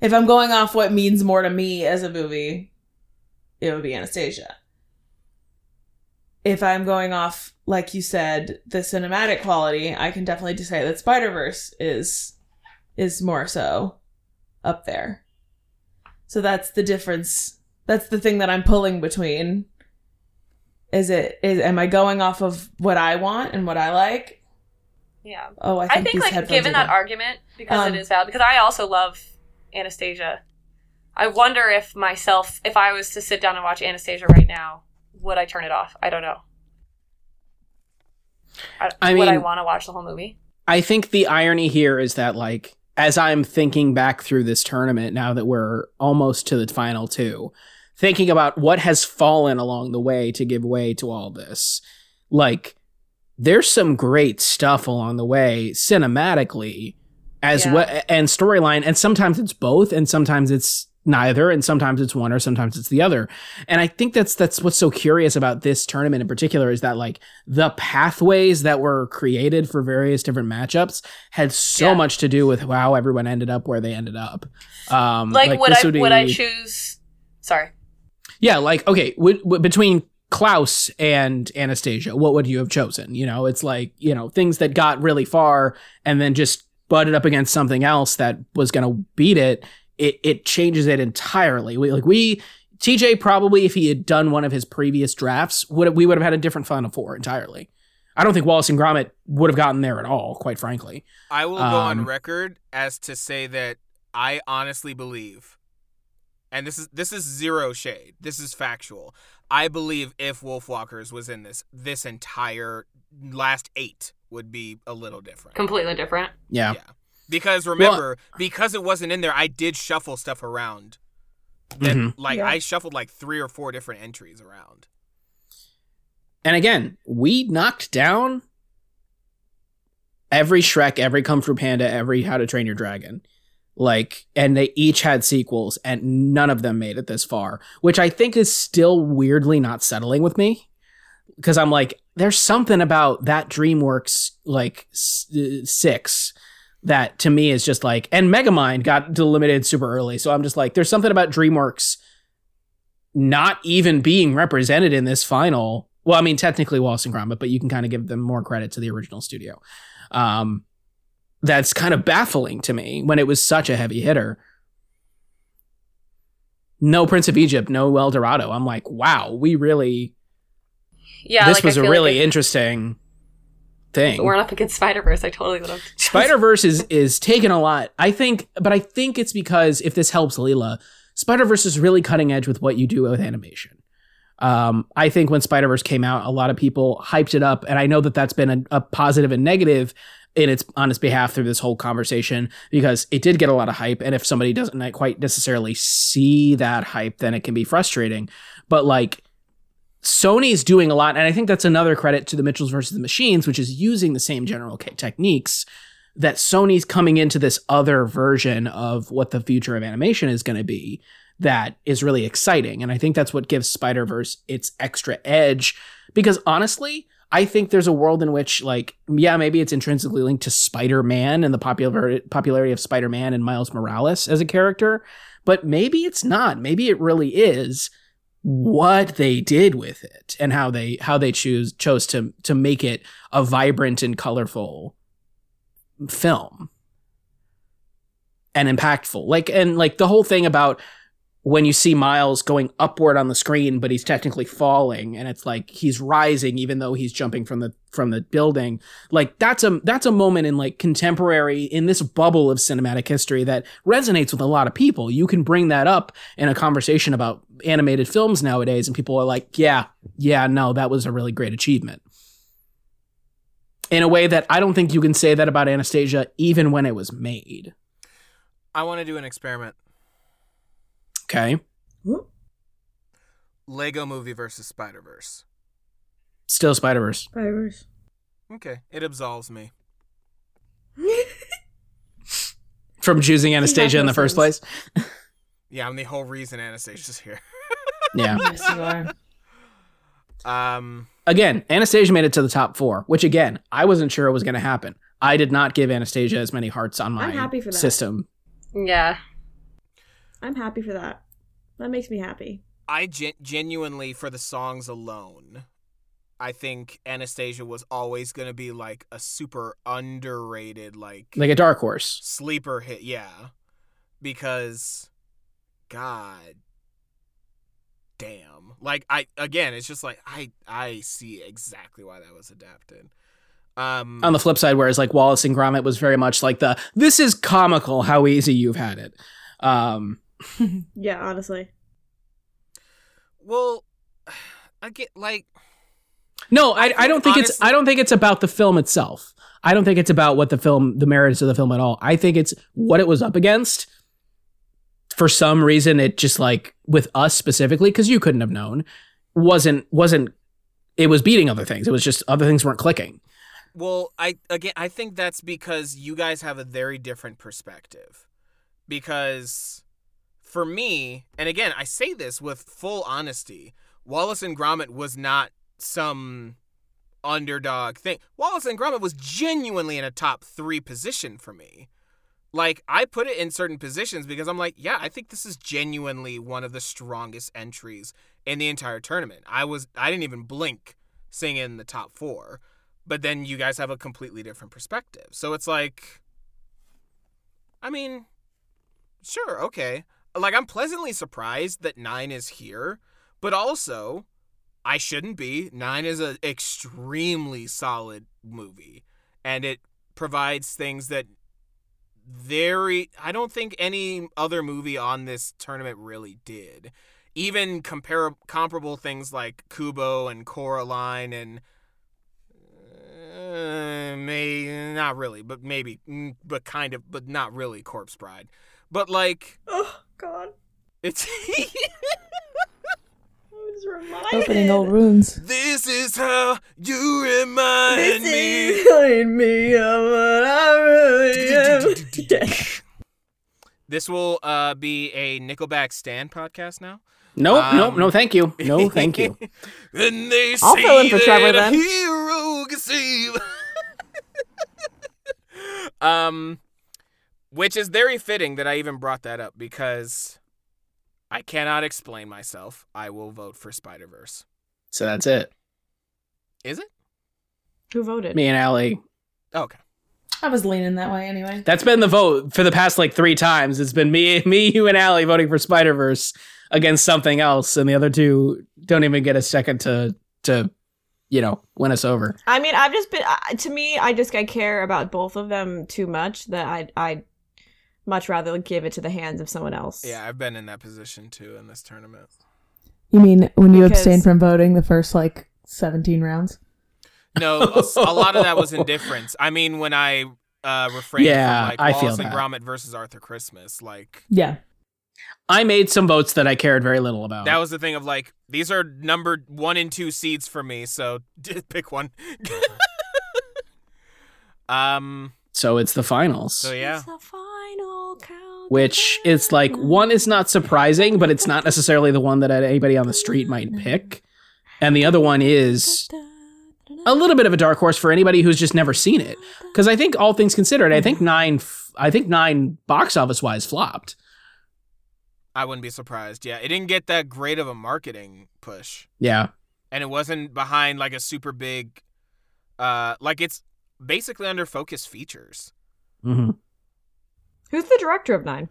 if I'm going off what means more to me as a movie, it would be Anastasia if I'm going off, like you said, the cinematic quality, I can definitely say that Spider Verse is is more so up there. So that's the difference. That's the thing that I'm pulling between. Is it is am I going off of what I want and what I like?
Yeah.
Oh, I think,
I think,
these
like
headphones
given
are
that
done.
argument because
Um,
it is valid because I also love Anastasia. I wonder if myself if I was to sit down and watch Anastasia right now, would I turn it off? I don't know. I,
I
would I
mean-
want to watch the whole movie?
I think the irony here is that like as I'm thinking back through this tournament now that we're almost to the final two, thinking about what has fallen along the way to give way to all this. Like there's some great stuff along the way cinematically as
Yeah.
well and storyline and sometimes it's both and sometimes it's neither and sometimes it's one or sometimes it's the other. And I think that's that's what's so curious about this tournament in particular is that like the pathways that were created for various different matchups had so
Yeah.
much to do with how everyone ended up where they ended up. Um,
Like, would
this
I would,
be-
I choose? Sorry.
Yeah, like okay, would, would- between Klaus and Anastasia, what would you have chosen? You know, it's like you know things that got really far and then just butted up against something else that was going to beat it. It it changes it entirely. We like we. TJ probably, if he had done one of his previous drafts, would we would have had a different Final Four entirely. I don't think Wallace and Gromit would have gotten there at all, quite frankly.
I will go on
Um,
record as to say that I honestly believe, and this is this is zero shade. This is factual. I believe if Wolfwalkers was in this, this entire last eight would be a little different.
Completely different.
Yeah.
Because remember, because it wasn't in there, I did shuffle stuff around. That,
Mhm.
Like
Yeah.
I shuffled like three or four different entries around.
And again, we knocked down every Shrek, every Kung Fu Panda, every How to Train Your Dragon. Like, and they each had sequels, and none of them made it this far, which I think is still weirdly not settling with me. Because I'm like, there's something about that DreamWorks, like, s- uh, six that to me is just like, and Megamind got delimited super early. So I'm just like, there's something about DreamWorks not even being represented in this final. Well, I mean, technically Wallace and Gromit, but you can kind of give them more credit to the original studio. Um, that's kind of baffling to me when it was such a heavy hitter. No Prince of Egypt, no El Dorado. I'm like, wow, we really.
Yeah.
this
like, I
was a
feel
really
like
interesting
if
thing.
We're up against Spider Verse. I totally would have.
Spider Verse is is taken a lot. I think, but I think it's because if this helps Leela, Spider Verse is really cutting edge with what you do with animation. Um, I think when Spider Verse came out, a lot of people hyped it up, and I know that that's been a, a positive and negative in its on its behalf through this whole conversation because it did get a lot of hype. And if somebody doesn't like, quite necessarily see that hype, then it can be frustrating. But like. Sony's doing a lot, and I think that's another credit to the Mitchells versus the Machines, which is using the same general ca- techniques that Sony's coming into this other version of what the future of animation is going to be that is really exciting. And I think that's what gives Spider Verse its extra edge because honestly, I think there's a world in which, like, yeah, maybe it's intrinsically linked to Spider Man and the popular- popularity of Spider Man and Miles Morales as a character, but maybe it's not. Maybe it really is what they did with it and how they how they choose chose to to make it a vibrant and colorful film and impactful. Like and like the whole thing about when you see Miles going upward on the screen, but he's technically falling, and it's like he's rising even though he's jumping from the from the building. Like that's a that's a moment in like contemporary in this bubble of cinematic history that resonates with a lot of people. You can bring that up in a conversation about animated films nowadays, and people are like, "Yeah, yeah, no, that was a really great achievement." in a way that I don't think you can say that about Anastasia even when it was made.
I want to do an experiment.
Okay.
Lego Movie versus Spider Verse.
Still Spider Verse.
Spider-Verse.
Okay, it absolves me.
From choosing Anastasia in the first place.
Yeah, I'm the whole reason Anastasia's here.
Yeah.
Yes, you are.
Um,
Again, Anastasia made it to the top four, which again, I wasn't sure it was going to happen. I did not give Anastasia as many hearts on my
I'm happy for that.
system.
Yeah.
I'm happy for that. That makes me happy.
I gen- genuinely, for the songs alone, I think Anastasia was always going to be like a super underrated, like
Like a dark horse.
sleeper hit. Yeah, because God damn, like I again, it's just like I I see exactly why that was adapted. Um,
On the flip side, whereas like Wallace and Gromit was very much like the this is comical how easy you've had it. Um,
Yeah, honestly.
well, I get like
No, I, I don't think it's I don't think it's about the film itself. I don't think it's about what the film the merits of the film at all. I think it's what it was up against. For some reason, it just like with us specifically, because you couldn't have known, wasn't wasn't it was beating other things. It was just other things weren't clicking.
Well, I again, I think that's because you guys have a very different perspective. Because for me, and again, I say this with full honesty, Wallace and Gromit was not some underdog thing. Wallace and Gromit was genuinely in a top 3 position for me. Like I put it in certain positions because I'm like, yeah, I think this is genuinely one of the strongest entries in the entire tournament. I was I didn't even blink seeing it in the top 4 but then you guys have a completely different perspective. So it's like, I mean, sure, okay. Like, I'm pleasantly surprised that nine is here, but also, I shouldn't be. Nine is an extremely solid movie, and it provides things that very, I don't think any other movie on this tournament really did. Even compar- comparable things like Kubo and Coraline and uh, may not really, but maybe, mm, but kind of, but not really. Corpse Bride, but like
Oh God,
it's
I was reminded.
Opening old wounds.
this is how you remind me.
Remind me of what I really am.
This will uh, be a Nickelback stand podcast now.
No,
Um,
no, no, thank you. No, thank you.
And they
I'll
say
fill in for Trevor,
that a
then.
hero can save. um, which is very fitting that I even brought that up because I cannot explain myself. I will vote for Spider Verse.
So that's it.
Is it?
Who voted?
Me and Allie.
Okay.
I was leaning that way anyway.
That's been the vote for the past like three times. It's been me, me, you, and Allie voting for Spider Verse against something else, and the other two don't even get a second to to you know win us over.
I mean, I've just been I- to me. I just I care about both of them too much that I I much rather give it to the hands of someone else.
Yeah, I've been in that position too in this tournament.
You mean when you
Because-
abstain from voting the first like 17 rounds?
No, a, a lot of that was indifference. I mean, when I uh, refrained
Yeah,
from like
I feel
Wallace and
that.
Gromit versus Arthur Christmas, like
Yeah.
I made some votes that I cared very little about.
That was the thing of like these are numbered one and two seeds for me, so pick one. um.
so it's the finals,
So yeah,
It's the final count.
which it's like one is not surprising, but it's not necessarily the one that anybody on the street might pick, and the other one is a little bit of a dark horse for anybody who's just never seen it. Because I think all things considered, I think nine, f- I think nine box office wise flopped.
I wouldn't be surprised. Yeah, it didn't get that great of a marketing push,
Yeah,
and it wasn't behind like a super big, uh, like it's basically under focus features.
hmm
Who's the director of Nine?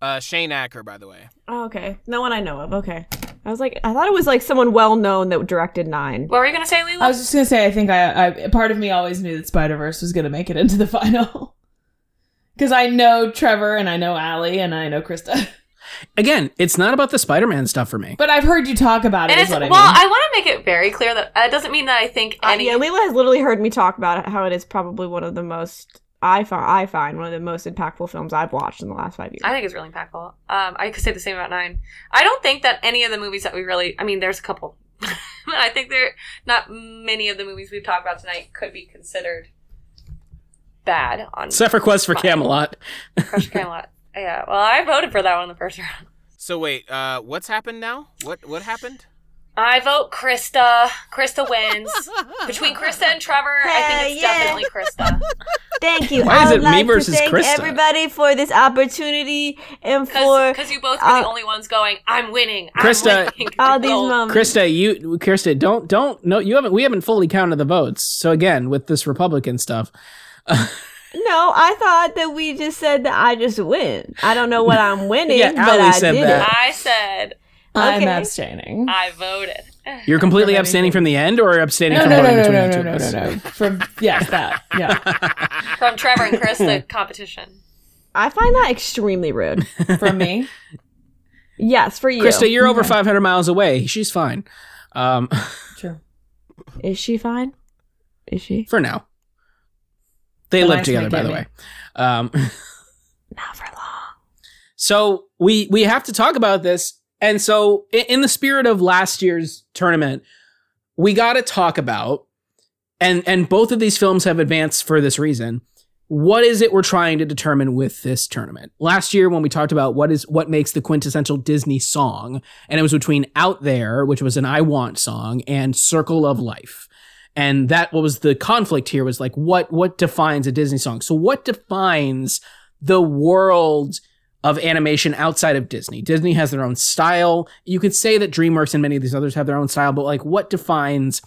Uh, Shane Acker, by the way.
Oh, okay, no one I know of. Okay, I was like, I thought it was like someone well known that directed Nine.
What were you gonna say, Lila?
I was just gonna say, I think I, I part of me always knew that Spider Verse was gonna make it into the final because I know Trevor and I know Allie and I know Krista,
Again, it's not about the Spider-Man stuff for me.
but I've heard you talk about it.
and
Is
it's,
what I
well,
mean.
I want to make it very clear that uh, it doesn't mean that I think
Uh,
any.
yeah, Leela has literally heard me talk about how it is probably one of the most
I find I find one of the most impactful films I've watched in the last five years.
I think it's really impactful. Um, I could say the same about Nine. I don't think that any of the movies that we really, I mean, there's a couple. but I think there, not many of the movies we've talked about tonight could be considered bad on
Except for Quest for Camelot.
Crush Camelot. Yeah, well, I voted for that one in the first round.
So wait, uh, what's happened now? What what happened?
I vote Krista. Krista wins. Between Krista and Trevor, I
Hell
think it's
yeah.
definitely Krista.
Thank you.
Why is
I
it
would
me
like
versus
to thank
Krista?
everybody for this opportunity and for
Because you both were
uh,
the only ones going, I'm winning. I'm
Krista-
winning."
all these
Gold.
moments.
Krista, you Krista, don't don't no you haven't we haven't fully counted the votes. So again, with this Republican stuff.
No, I thought that we just said that I just win. I don't know what I'm winning,
Yeah,
but
Ally
I
said
did
that.
it.
I said,
I'm
Okay.
abstaining.
I voted.
You're completely abstaining from the end or abstaining
No,
from
no, no,
voting
no, no,
between the two
no,
of
no,
us?
no, no. From yes, that. Yeah.
From Trevor and Krista competition.
I find that extremely rude.
From me.
yes, for you.
Krista, you're
Mm-hmm.
over 500 miles away. She's fine. Um,
True.
Is she fine? Is she?
for now. They
The
live
lights
together,
might
by
get
the
me.
way. Um,
Not for long.
so we we have to talk about this. And so, in, in the spirit of last year's tournament, we got to talk about, and and both of these films have advanced for this reason. What is it we're trying to determine with this tournament? Last year, when we talked about what is what makes the quintessential Disney song, and it was between "Out There," which was an "I Want" song, and "Circle of Life." and that what was the conflict here was like what what defines a disney song so what defines the world of animation outside of disney disney has their own style you could say that dreamworks and many of these others have their own style but like what defines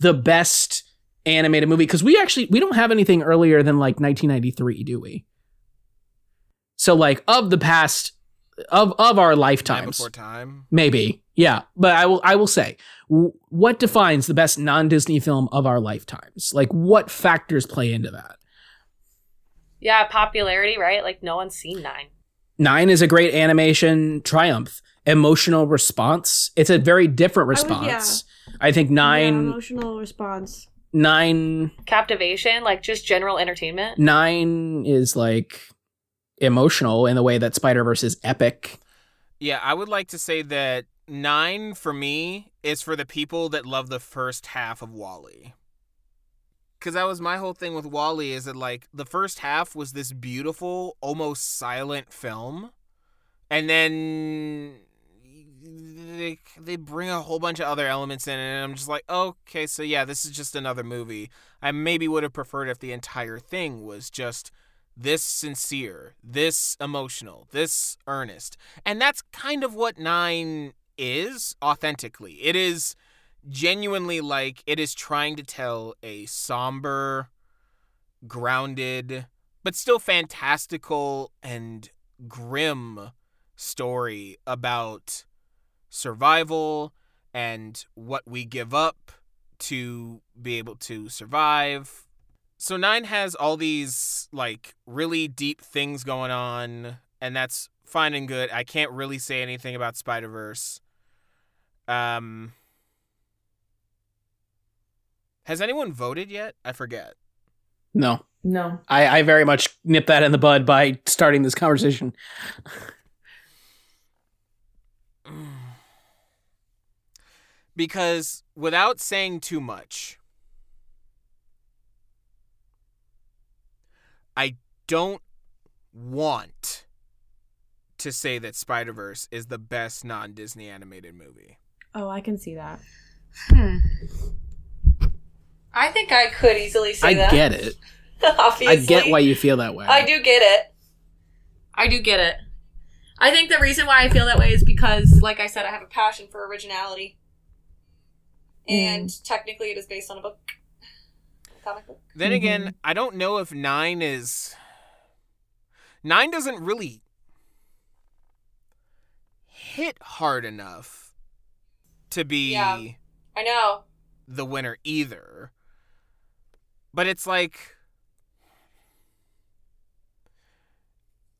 the best animated movie because we actually we don't have anything earlier than like 1993 do we so like of the past of of our
Time
lifetimes
before time.
maybe yeah but i will i will say w- what defines the best non-disney film of our lifetimes like what factors play into that
Yeah, popularity, right? Like, no one's seen Nine.
nine is a great animation triumph emotional response it's a very different
I would- yeah.
response i, think
Yeah,
nine
emotional response.
nine
Captivation, like, just general entertainment.
nine is like emotional in the way that spider-verse is epic
Yeah, I would like to say that nine for me is for the people that love the first half of Wally. Cause that was my whole thing with Wally is that like the first half was this beautiful, almost silent film, and then they they bring a whole bunch of other elements in, and I'm just like, okay, so yeah, this is just another movie. I maybe would have preferred if the entire thing was just this sincere, this emotional, this earnest. And that's kind of what 9 is authentically. It is genuinely like it is trying to tell a somber, grounded, but still fantastical and grim story about survival and what we give up to be able to survive so nine has all these like really deep things going on and that's fine and good i can't really say anything about spider-verse um has anyone voted yet i forget
no
No.
I, I very much nipped that in the bud by starting this conversation
because without saying too much i don't want to say that spider-verse is the best non-disney animated movie
Oh, I can see that.
Hmm. I think I could easily say
i
that.
get it
Obviously.
i get why you feel that way
I do get it. I do get it. I think the reason why I feel that way is because, like I said, I have a passion for originality. And technically, it is based on a book. Comic book.
Then again, I don't know if nine is. Nine doesn't really hit hard enough to be
Yeah. I know.
the winner either. But it's like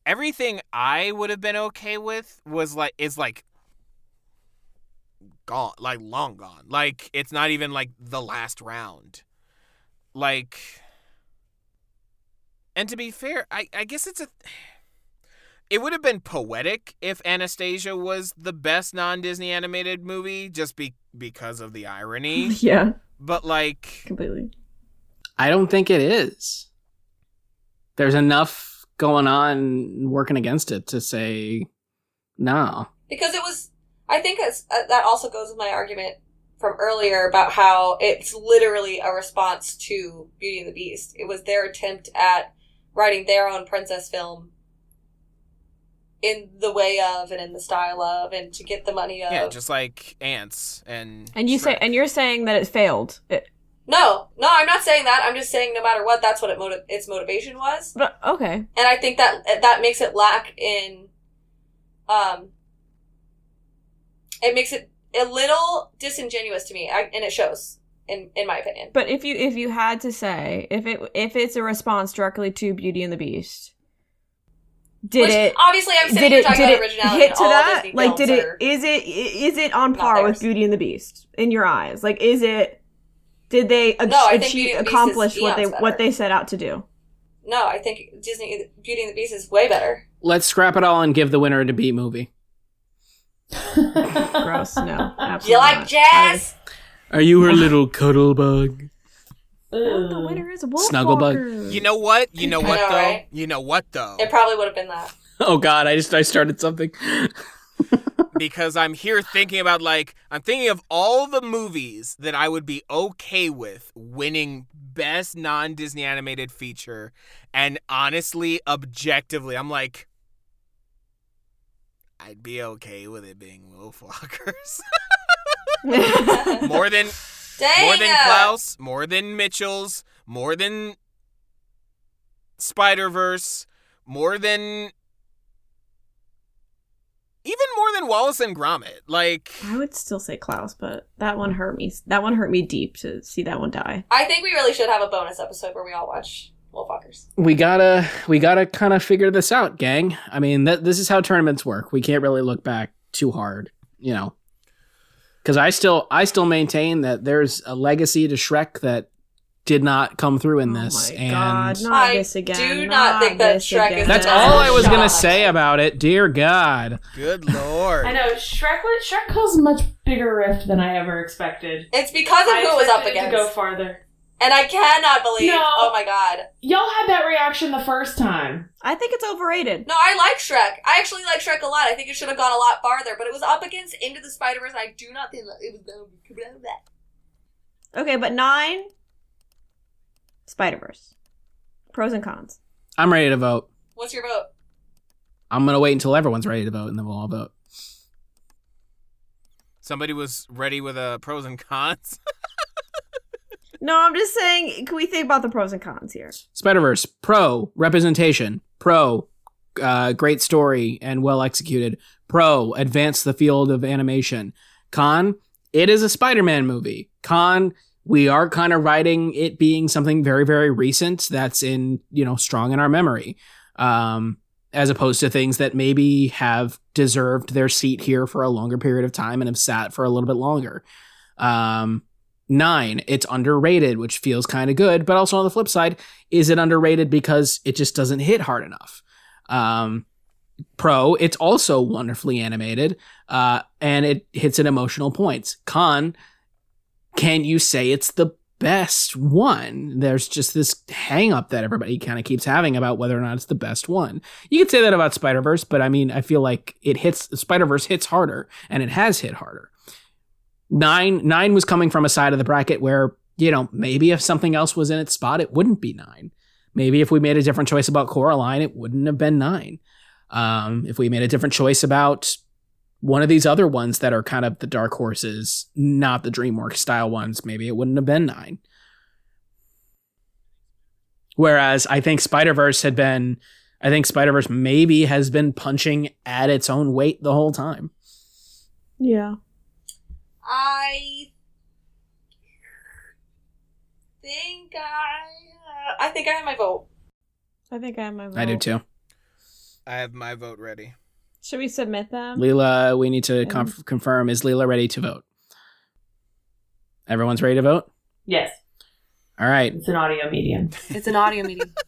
everything I would have been okay with was like is like gone, like long gone. Like it's not even like the last round. Like And to be fair, I, I guess it's a. It would have been poetic if Anastasia was the best non Disney animated movie just be, because of the irony.
Yeah,
But, like,
completely.
I don't think it is. There's enough going on working against it to say no.
because it was i think it's, uh, that also goes with my argument from earlier about how it's literally a response to beauty and the beast it was their attempt at writing their own princess film in the way of and in the style of and to get the money of
yeah, just like ants and.
And you say,
Shrek.
and you're saying that it failed. It,
no no i'm not saying that i'm just saying no matter what that's what it motiv- its motivation was
but okay,
and I think that that makes it lack in, um, it makes it a little disingenuous to me, I, and it shows in in my opinion.
but if you if you had to say if it if it's a response directly to Beauty and the Beast, did
Which,
it?
Obviously, I'm sitting
Did
here
it
talking
did
about
it
originality.
hit
and
to
all
that?
Disney
Like, did
films
it
are-
is it is it on
not
par with
theirs.
Beauty and the Beast in your eyes? Like, is it? Did they ach-
No, I think Beauty
achieve
and the Beast
accomplish
is
what they
eons
what
better.
they set out to do?
no, I think Disney Beauty and the Beast is way better.
Let's scrap it all and give the winner a B movie.
Gross. No, absolutely
You like
not.
jazz?
Are you her little cuddlebug?
What the winner is Wolf
Snuggle bug.
Walkers.
You know what? You know
I
what,
know,
though?
right?
You know what, though?
It probably would have been that.
Oh God, I just I started something.
because I'm here thinking about like I'm thinking of all the movies that I would be okay with winning best non-Disney animated feature and honestly objectively I'm like I'd be okay with it being Wolf Walkers. more than
Dang. uh,
more than
it.
Klaus, more than Mitchell's, more than Spider Verse, more than even more than Wallace and Gromit. Like,
I would still say Klaus, but that one hurt me. That one hurt me deep to see that one die.
I think we really should have a bonus episode where we all watch Wolfwalkers.
we gotta we gotta kind of figure this out, gang. I mean, that this is how tournaments work. We can't really look back too hard, you know. Because I still I still maintain that there's a legacy to Shrek that did not come through in this,
oh my
and
god, not
I
this again.
do not think that
this
Shrek is
again.
that's
Yeah.
all I was gonna
Shut up.
say about it. Dear God,
good lord.
I know Shrek. was- Shrek caused a much bigger rift than I ever expected.
It's because of
I
who it was up
expected it
against,
to go farther.
and I cannot believe.
No.
Oh my god.
Y'all had that reaction the first time.
I think it's overrated.
No, I like Shrek. I actually like Shrek a lot. I think it should have gone a lot farther, but it was up against Into the Spider Verse, and I do not think that it was going to be that.
Okay, but nine. Spider Verse. Pros and cons.
I'm ready to vote.
What's your vote?
I'm gonna wait until everyone's ready to vote, and then we'll all vote.
Somebody was ready with a pros and cons.
No, I'm just saying. Can we think about the pros and cons here?
Spider Verse pro representation pro uh, great story and well executed pro advance the field of animation con it is a Spider-Man movie con we are kind of writing it being something very very recent that's in you know strong in our memory um, as opposed to things that maybe have deserved their seat here for a longer period of time and have sat for a little bit longer um, nine it's underrated which feels kind of good but also on the flip side is it underrated because it just doesn't hit hard enough um pro it's also wonderfully animated uh and it hits an emotional points con can you say it's the best one there's just this hang up that everybody kind of keeps having about whether or not it's the best one you could say that about spider-verse but i mean i feel like it hits spider-verse hits harder and it has hit harder nine nine was coming from a side of the bracket where you know maybe if something else was in its spot it wouldn't be nine maybe if we made a different choice about coraline it wouldn't have been nine um, if we made a different choice about one of these other ones that are kind of the dark horses not the dreamworks style ones maybe it wouldn't have been nine whereas i think spider-verse had been i think spider-verse maybe has been punching at its own weight the whole time
Yeah.
I think I. I think I have my vote.
I think I have my vote.
i do too
I have my vote ready.
Should we submit them?
Leela, we need to conf- confirm is Leela ready to vote? Everyone's ready to vote?
Yes,
All right.
it's an audio medium.
It's an audio medium.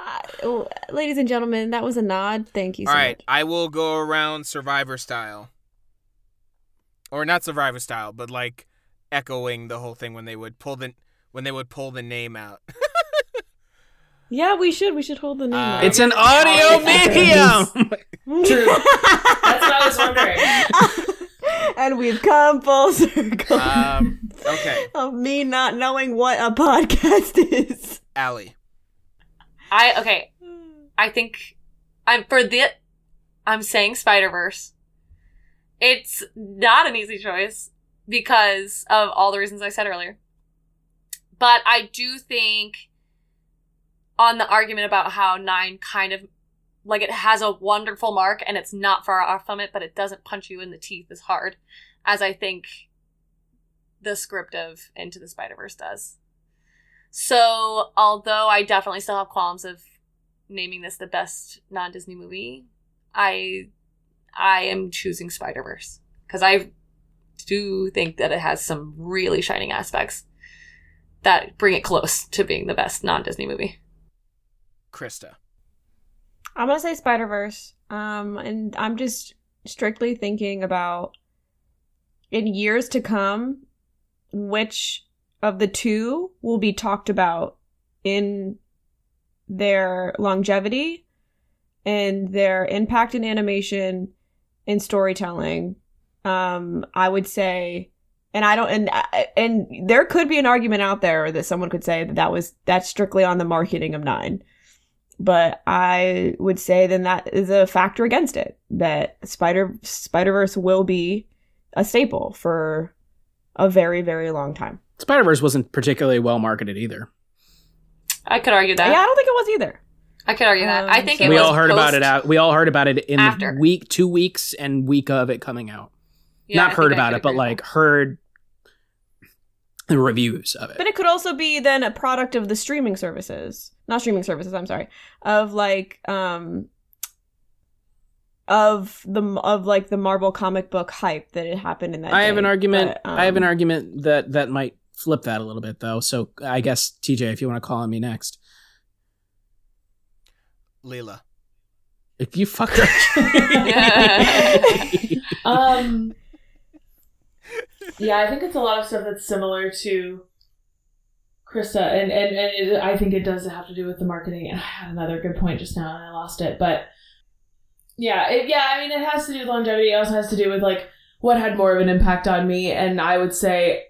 Uh, oh, ladies and gentlemen, that was a nod. Thank you. So
All right, I will go around Survivor style, or not Survivor style, but like echoing the whole thing when they would pull the when they would pull the name out.
Yeah, we should. We should
Mm.
hold the name.
Uh,
up.
It's an audio medium!
True. That's what I was wondering.
much. And we've come full circle
um, okay,
of me not knowing what a podcast is.
Allie.
I okay. I think I'm for the I'm saying Spider Verse. It's not an easy choice because of all the reasons I said earlier. But I do think on the argument about how nine kind of like it has a wonderful mark and it's not far off from it, but it doesn't punch you in the teeth as hard as I think the script of Into the Spider Verse does. So, although I definitely still have qualms of naming this the best non-Disney movie, I I am choosing Spider-Verse cuz I do think that it has some really shining aspects that bring it close to being the best non-Disney movie.
Krista.
I'm gonna say Spider Verse. Um, and I'm just strictly thinking about in years to come, which of the two will be talked about in their longevity and their impact in animation and storytelling. Um, I would say, and I don't, and I- and there could be an argument out there that someone could say that that was that's strictly on the marketing of nine but I would say then that is a factor against it that Spider Spider Verse will be a staple for a very very long time.
Spider Verse wasn't particularly well marketed either.
I could argue that.
Yeah, I don't think it was either.
I could argue that.
Um,
I think
so-
it
we
was
all heard about
post-
it out. We all heard about it in
After.
the week, two weeks, and week of it coming out.
Yeah, I
Not heard
think I
about
could
it, but
agree.
like heard the reviews of it.
But it could also be then a product of the streaming services, not streaming services. I'm sorry, of like um of the of like the Marvel comic book hype that had happened in that.
I have
day.
an argument.
But, um,
I have an argument that that might flip that a little bit, though. So I guess TJ, if you want to call on me next,
Leela.
if you fucker.
Yeah.
Um. Yeah, I think it's a lot of stuff that's similar to Krista, and and and it, I think it does have to do with the marketing. And I had another good point just now, and I lost it. But yeah, it, yeah, I mean, it has to do with longevity. It also has to do with like what had more of an impact on me, and I would say.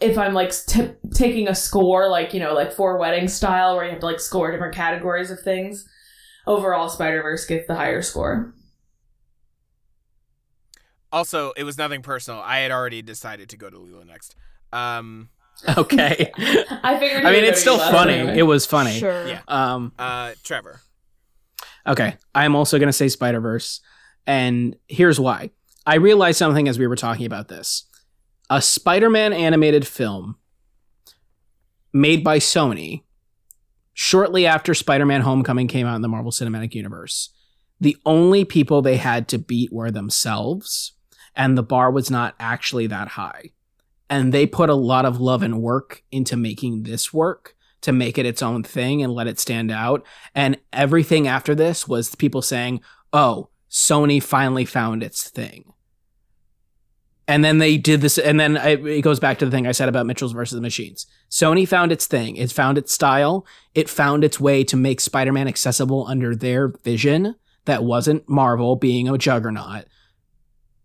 If I'm like t- taking a score, like you know, like four wedding style, where you have to like score different categories of things, overall Spider Verse gets the higher score.
Also, it was nothing personal. I had already decided to go to Leela next. Um,
okay.
I figured. you
I
were
mean,
gonna
it's still
do that
funny.
anyway.
It was funny.
Sure.
Yeah.
Um.
uh, Trevor.
Okay. I'm also going to say Spider Verse. And here's why. I realized something as we were talking about this. A Spider Man animated film made by Sony shortly after Spider Man Homecoming came out in the Marvel Cinematic Universe. The only people they had to beat were themselves, and the bar was not actually that high. And they put a lot of love and work into making this work to make it its own thing and let it stand out. And everything after this was people saying, oh, Sony finally found its thing. And then they did this, and then I, it goes back to the thing I said about Mitchell's versus the Machines. Sony found its thing. It found its style. It found its way to make Spider Man accessible under their vision that wasn't Marvel being a juggernaut.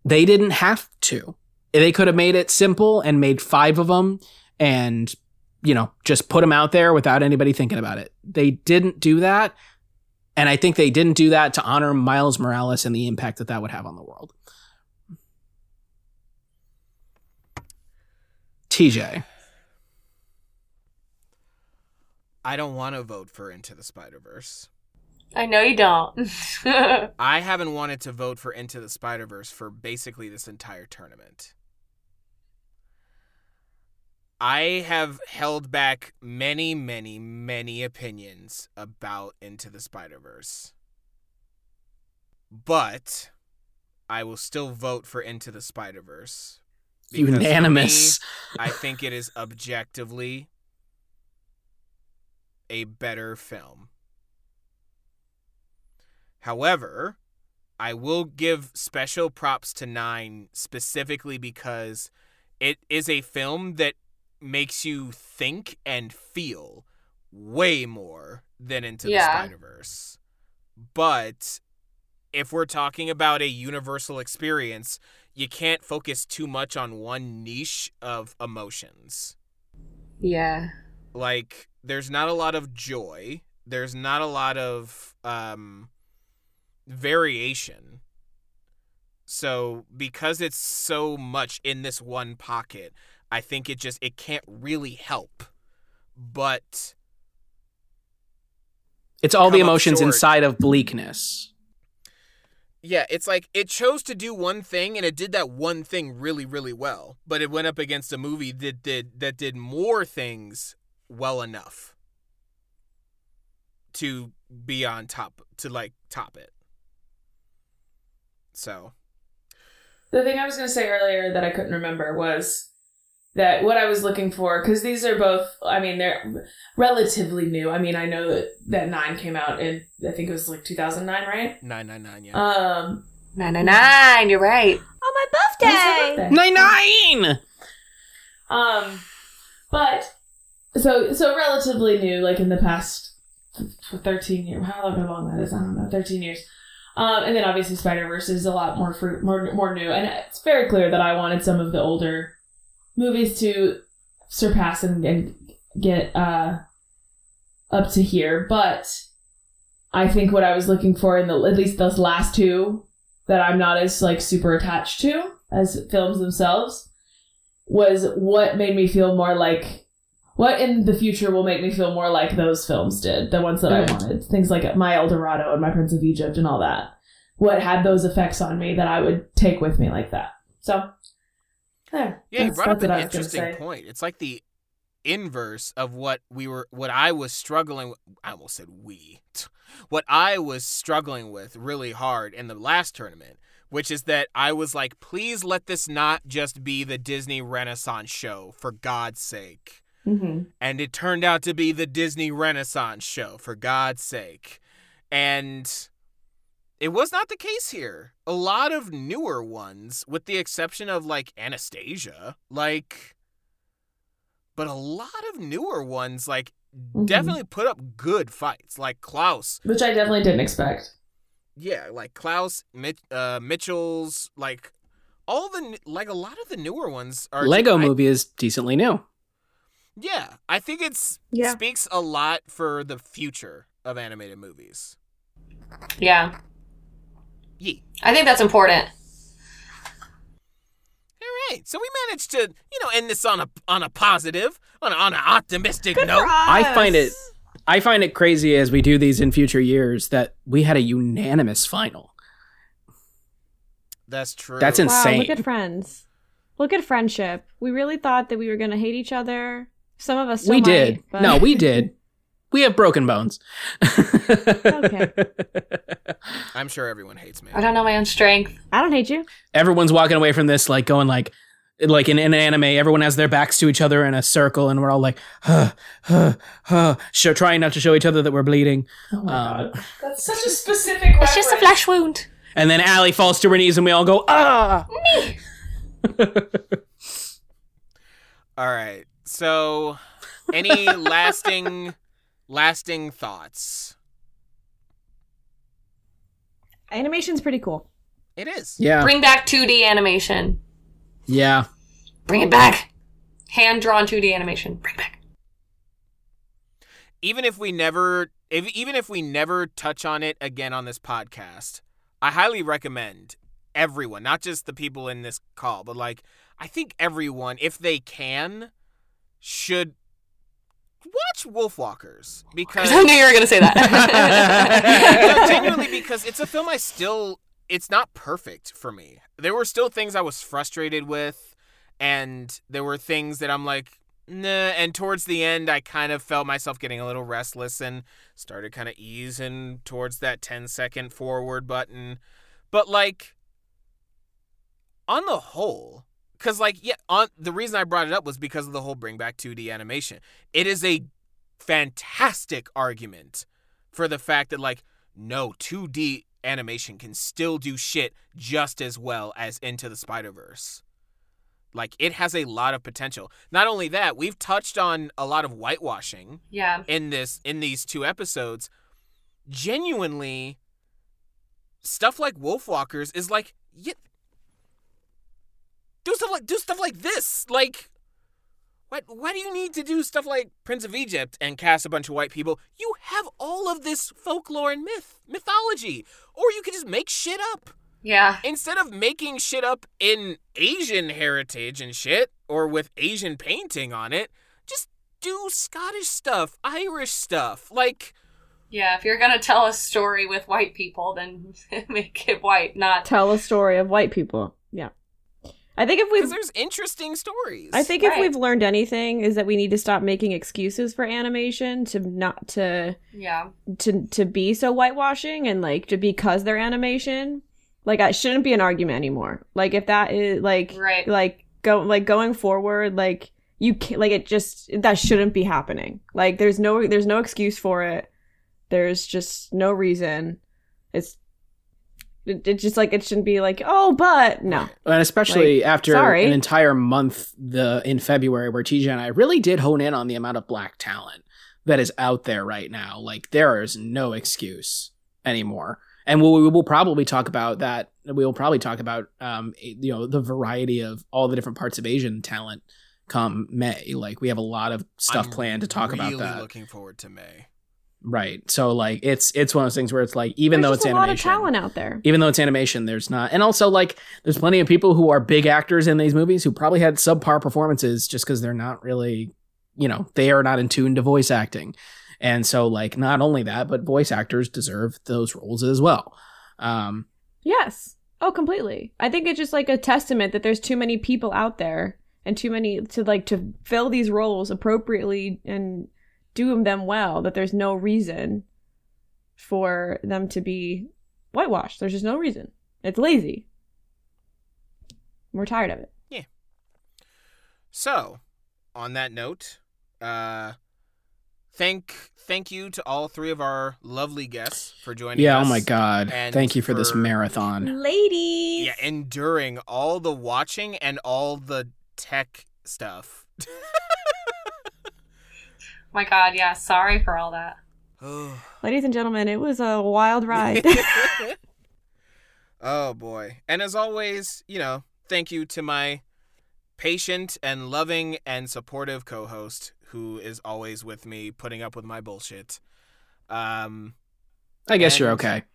They didn't have to. They could have made it simple and made five of them and you know, just put them out there without anybody thinking about it. They didn't do that. And I think they didn't do that to honor Miles Morales and the impact that that would have on the world. TJ.
I don't want to vote for Into the Spider Verse.
I know you don't.
I haven't wanted to vote for Into the Spider Verse for basically this entire tournament. I have held back many, many, many opinions about Into the Spider Verse. But I will still vote for Into the Spider Verse.
Unanimous.
I think it is objectively a better film. However, I will give special props to Nine specifically because it is a film that makes you think and feel way more than Into
Yeah.
the Spider Verse. But if we're talking about a universal experience, you can't focus too much on one niche of emotions
Yeah.
like there's not a lot of joy there's not a lot of um variation so because it's so much in this one pocket i think it just it can't really help but
It's all the
Come up
emotions
short.
inside of bleakness.
yeah it's like it chose to do one thing and it did that one thing really really well but it went up against a movie that did that did more things well enough to be on top to like top it so
The thing I was going to say earlier that I couldn't remember was that what I was looking for, because these are both, I mean, they're relatively new. I mean, I know that, that Nine came out in, I think it was like 2009, right?
999 yeah
Um,
Nine nine nine. You're right.
On my birthday!
Nine nine.
Um, but so so relatively new, like in the past thirteen years. However long that is, I don't know. Thirteen years. Um, and then obviously Spider Verse is a lot more fruit, more more new, and it's very clear that I wanted some of the older movies to surpass and, and get uh, up to here. But I think what I was looking for in the at least those last two that I'm not as like super attached to as films themselves was what made me feel more like what in the future will make me feel more like those films did, the ones that I wanted. Things like My El Dorado and My Prince of Egypt and all that. What had those effects on me that I would take with me like that. So there.
Yeah, you
That's-
brought up
that's
an
what I was gonna
interesting
say.
point. It's like the inverse of what we were, what I was struggling. With, I almost said we. What I was struggling with really hard in the last tournament, which is that I was like, please let this not just be the Disney Renaissance show for God's sake. And it turned out to be the Disney Renaissance show for God's sake, and it was not the case here. A lot of newer ones, with the exception of like Anastasia, like, but a lot of newer ones, like, definitely put up good fights. Like Klaus,
Which I definitely didn't expect.
yeah, like Klaus, Mit- uh, Mitchell's, like, all the, n- like, a lot of the newer ones are.
Lego
I-
movie is decently new.
Yeah. I think it's
Yeah.
speaks a lot for the future of animated movies.
Yeah.
Yee.
I think that's important.
All right, so we managed to, you know, end this on a on a positive, on a, on an optimistic note.
I find it I find it crazy as we do these in future years that we had a unanimous final.
That's true.
That's ins-
Wow,
Insane.
look at friends. Look at friendship. We really thought that we were going to hate each other. Some of us still
we
might,
did.
but-
No, we did. We have broken bones.
Okay.
I'm sure everyone hates me.
I don't know my own strength.
I don't hate you.
Everyone's walking away from this like going like like in, in an anime, everyone has their backs to each other in a circle and we're all like, huh, huh, huh, show, trying not to show each other that we're bleeding.
Oh my
Um,
god. That's such a specific
It's just a flesh wound.
And then Allie falls to her knees and we all go, ah!
All right. So, any lasting, lasting thoughts?
Animation's pretty cool.
It is.
Yeah.
Bring back 2D animation.
Yeah.
Bring it back. Hand drawn 2D animation. Bring it back.
Even if we never, if, even if we never touch on it again on this podcast, I highly recommend everyone, not just the people in this call, but like I think everyone, if they can, should watch Wolfwalkers because
I knew you were going to say that.
No, genuinely because it's a film I still it's not perfect for me. There were still things I was frustrated with and there were things that I'm like nah and towards the end I kind of felt myself getting a little restless and started kind of easing towards that 10 second forward button. But like on the whole cuz like yeah on the reason I brought it up was because of the whole bring back 2D animation. It is a fantastic argument for the fact that like no 2D animation can still do shit just as well as Into the Spider-Verse. Like it has a lot of potential. Not only that, we've touched on a lot of whitewashing
Yeah.
in this in these two episodes. Genuinely stuff like Wolfwalkers is like yeah, do stuff like do stuff like this. Like what why do you need to do stuff like Prince of Egypt and cast a bunch of white people? You have all of this folklore and myth mythology. Or you could just make shit up.
Yeah.
Instead of making shit up in Asian heritage and shit, or with Asian painting on it, just do Scottish stuff, Irish stuff. Like,
Yeah. If you're gonna tell a story with white people, then make it white, not
Tell a story of white people. Yeah. I think if
because
we've
there's interesting stories.
I think if
Right.
we've learned anything is that we need to stop making excuses for animation to not to
Yeah.
to to be so whitewashing and like to because they're animation like it shouldn't be an argument anymore like if that is like
Right.
like go like going forward like you can like it just that shouldn't be happening like there's no there's no excuse for it there's just no reason it's it, it just like it shouldn't be like oh but no
And especially
Like,
after
sorry.
an entire month the in February where TJ and I really did hone in on the amount of black talent that is out there right now. Like there is no excuse anymore. And we'll, we will probably talk about that. We will probably talk about um, you know the variety of all the different parts of Asian talent come May. Like we have a lot of stuff
I'm
planned to talk
really
about that.
looking forward to May.
right. So like it's it's one of those things where it's like
There's
even though
just
it's
a
animation,
lot of talent out there
even though it's animation there's not and also like there's plenty of people who are big actors in these movies who probably had subpar performances just because they're not really you know they are not in tune to voice acting and so like not only that but voice actors deserve those roles as well um
Yes. Oh, completely. I think it's just like a testament that there's too many people out there and too many to like to fill these roles appropriately and do them well that there's no reason for them to be whitewashed. There's just no reason. It's lazy. We're tired of it.
So, on that note, uh, thank thank you to all three of our lovely guests for joining
yeah
us.
oh my god
and
thank you for, this
for-
marathon
Ladies.
Yeah, enduring all the watching and all the tech stuff.
My God. Yeah. Sorry for all that.
Ladies and gentlemen, it was a wild ride.
oh boy. And as always, you know, thank you to my patient and loving and supportive co-host who is always with me putting up with my bullshit. Um
i guess you're
and-
okay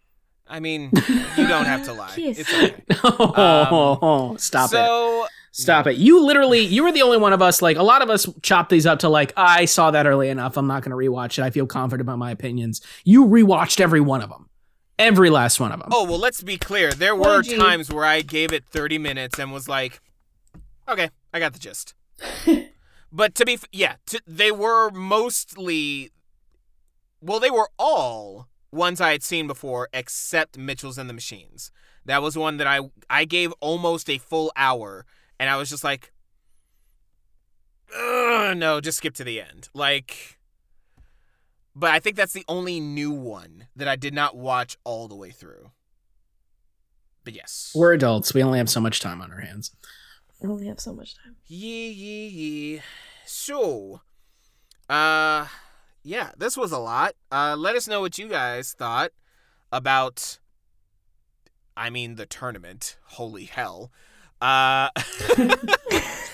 I mean, you don't have to lie.
Yes.
It's okay.
oh, stop it
um, so,
Stop it. You literally, you were the only one of us, like, a lot of us chop these up to, like, I saw that early enough. I'm not going to rewatch it. I feel confident about my opinions. You rewatched every one of them. Every last one of them.
Oh, well, let's be clear. There were
gee.
times where I gave it 30 minutes and was like, okay, I got the gist. but to be, f- yeah, to, they were mostly, well, they were all ones I had seen before except Mitchell's and the Machines. That was one that I I gave almost a full hour and I was just like, Ugh, no, just skip to the end. Like, but I think that's the only new one that I did not watch all the way through. But yes.
We're adults. We only have so much time on our hands.
I only have so much time.
Yee yee yee. So, uh, yeah, this was a lot. Uh, let us know what you guys thought about. I mean, the tournament. Holy hell! Uh,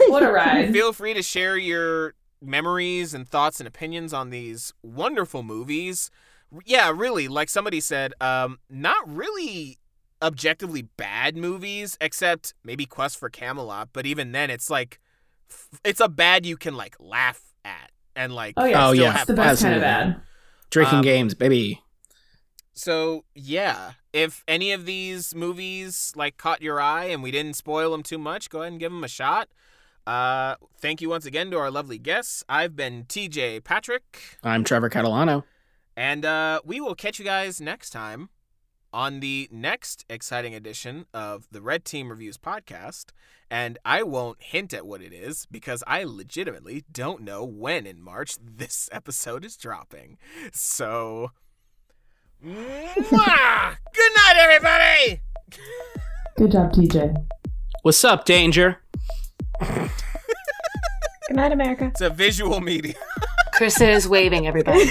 What a ride.
feel free to share your memories and thoughts and opinions on these wonderful movies. Yeah, really, like somebody said, um, not really objectively bad movies, except maybe Quest for Camelot. But even then, it's like f- it's a bad you can like laugh at and like
Oh, yeah.
Oh,
still
yeah.
have
the best kind
Absolutely.
of bad.
Drinking
Um,
games, baby.
So yeah, if any of these movies like caught your eye and we didn't spoil them too much, go ahead and give them a shot. Uh, thank you once again to our lovely guests. I've been TJ Patrick,
I'm Trevor Catalano.
and uh, we will catch you guys next time on the next exciting edition of the Red Team Reviews podcast. And I won't hint at what it is because I legitimately don't know when in March this episode is dropping. So. Mwah! Good night, everybody!
Good job, TJ.
What's up, Danger?
Good night, America.
It's a visual medium.
Krista is waving everybody.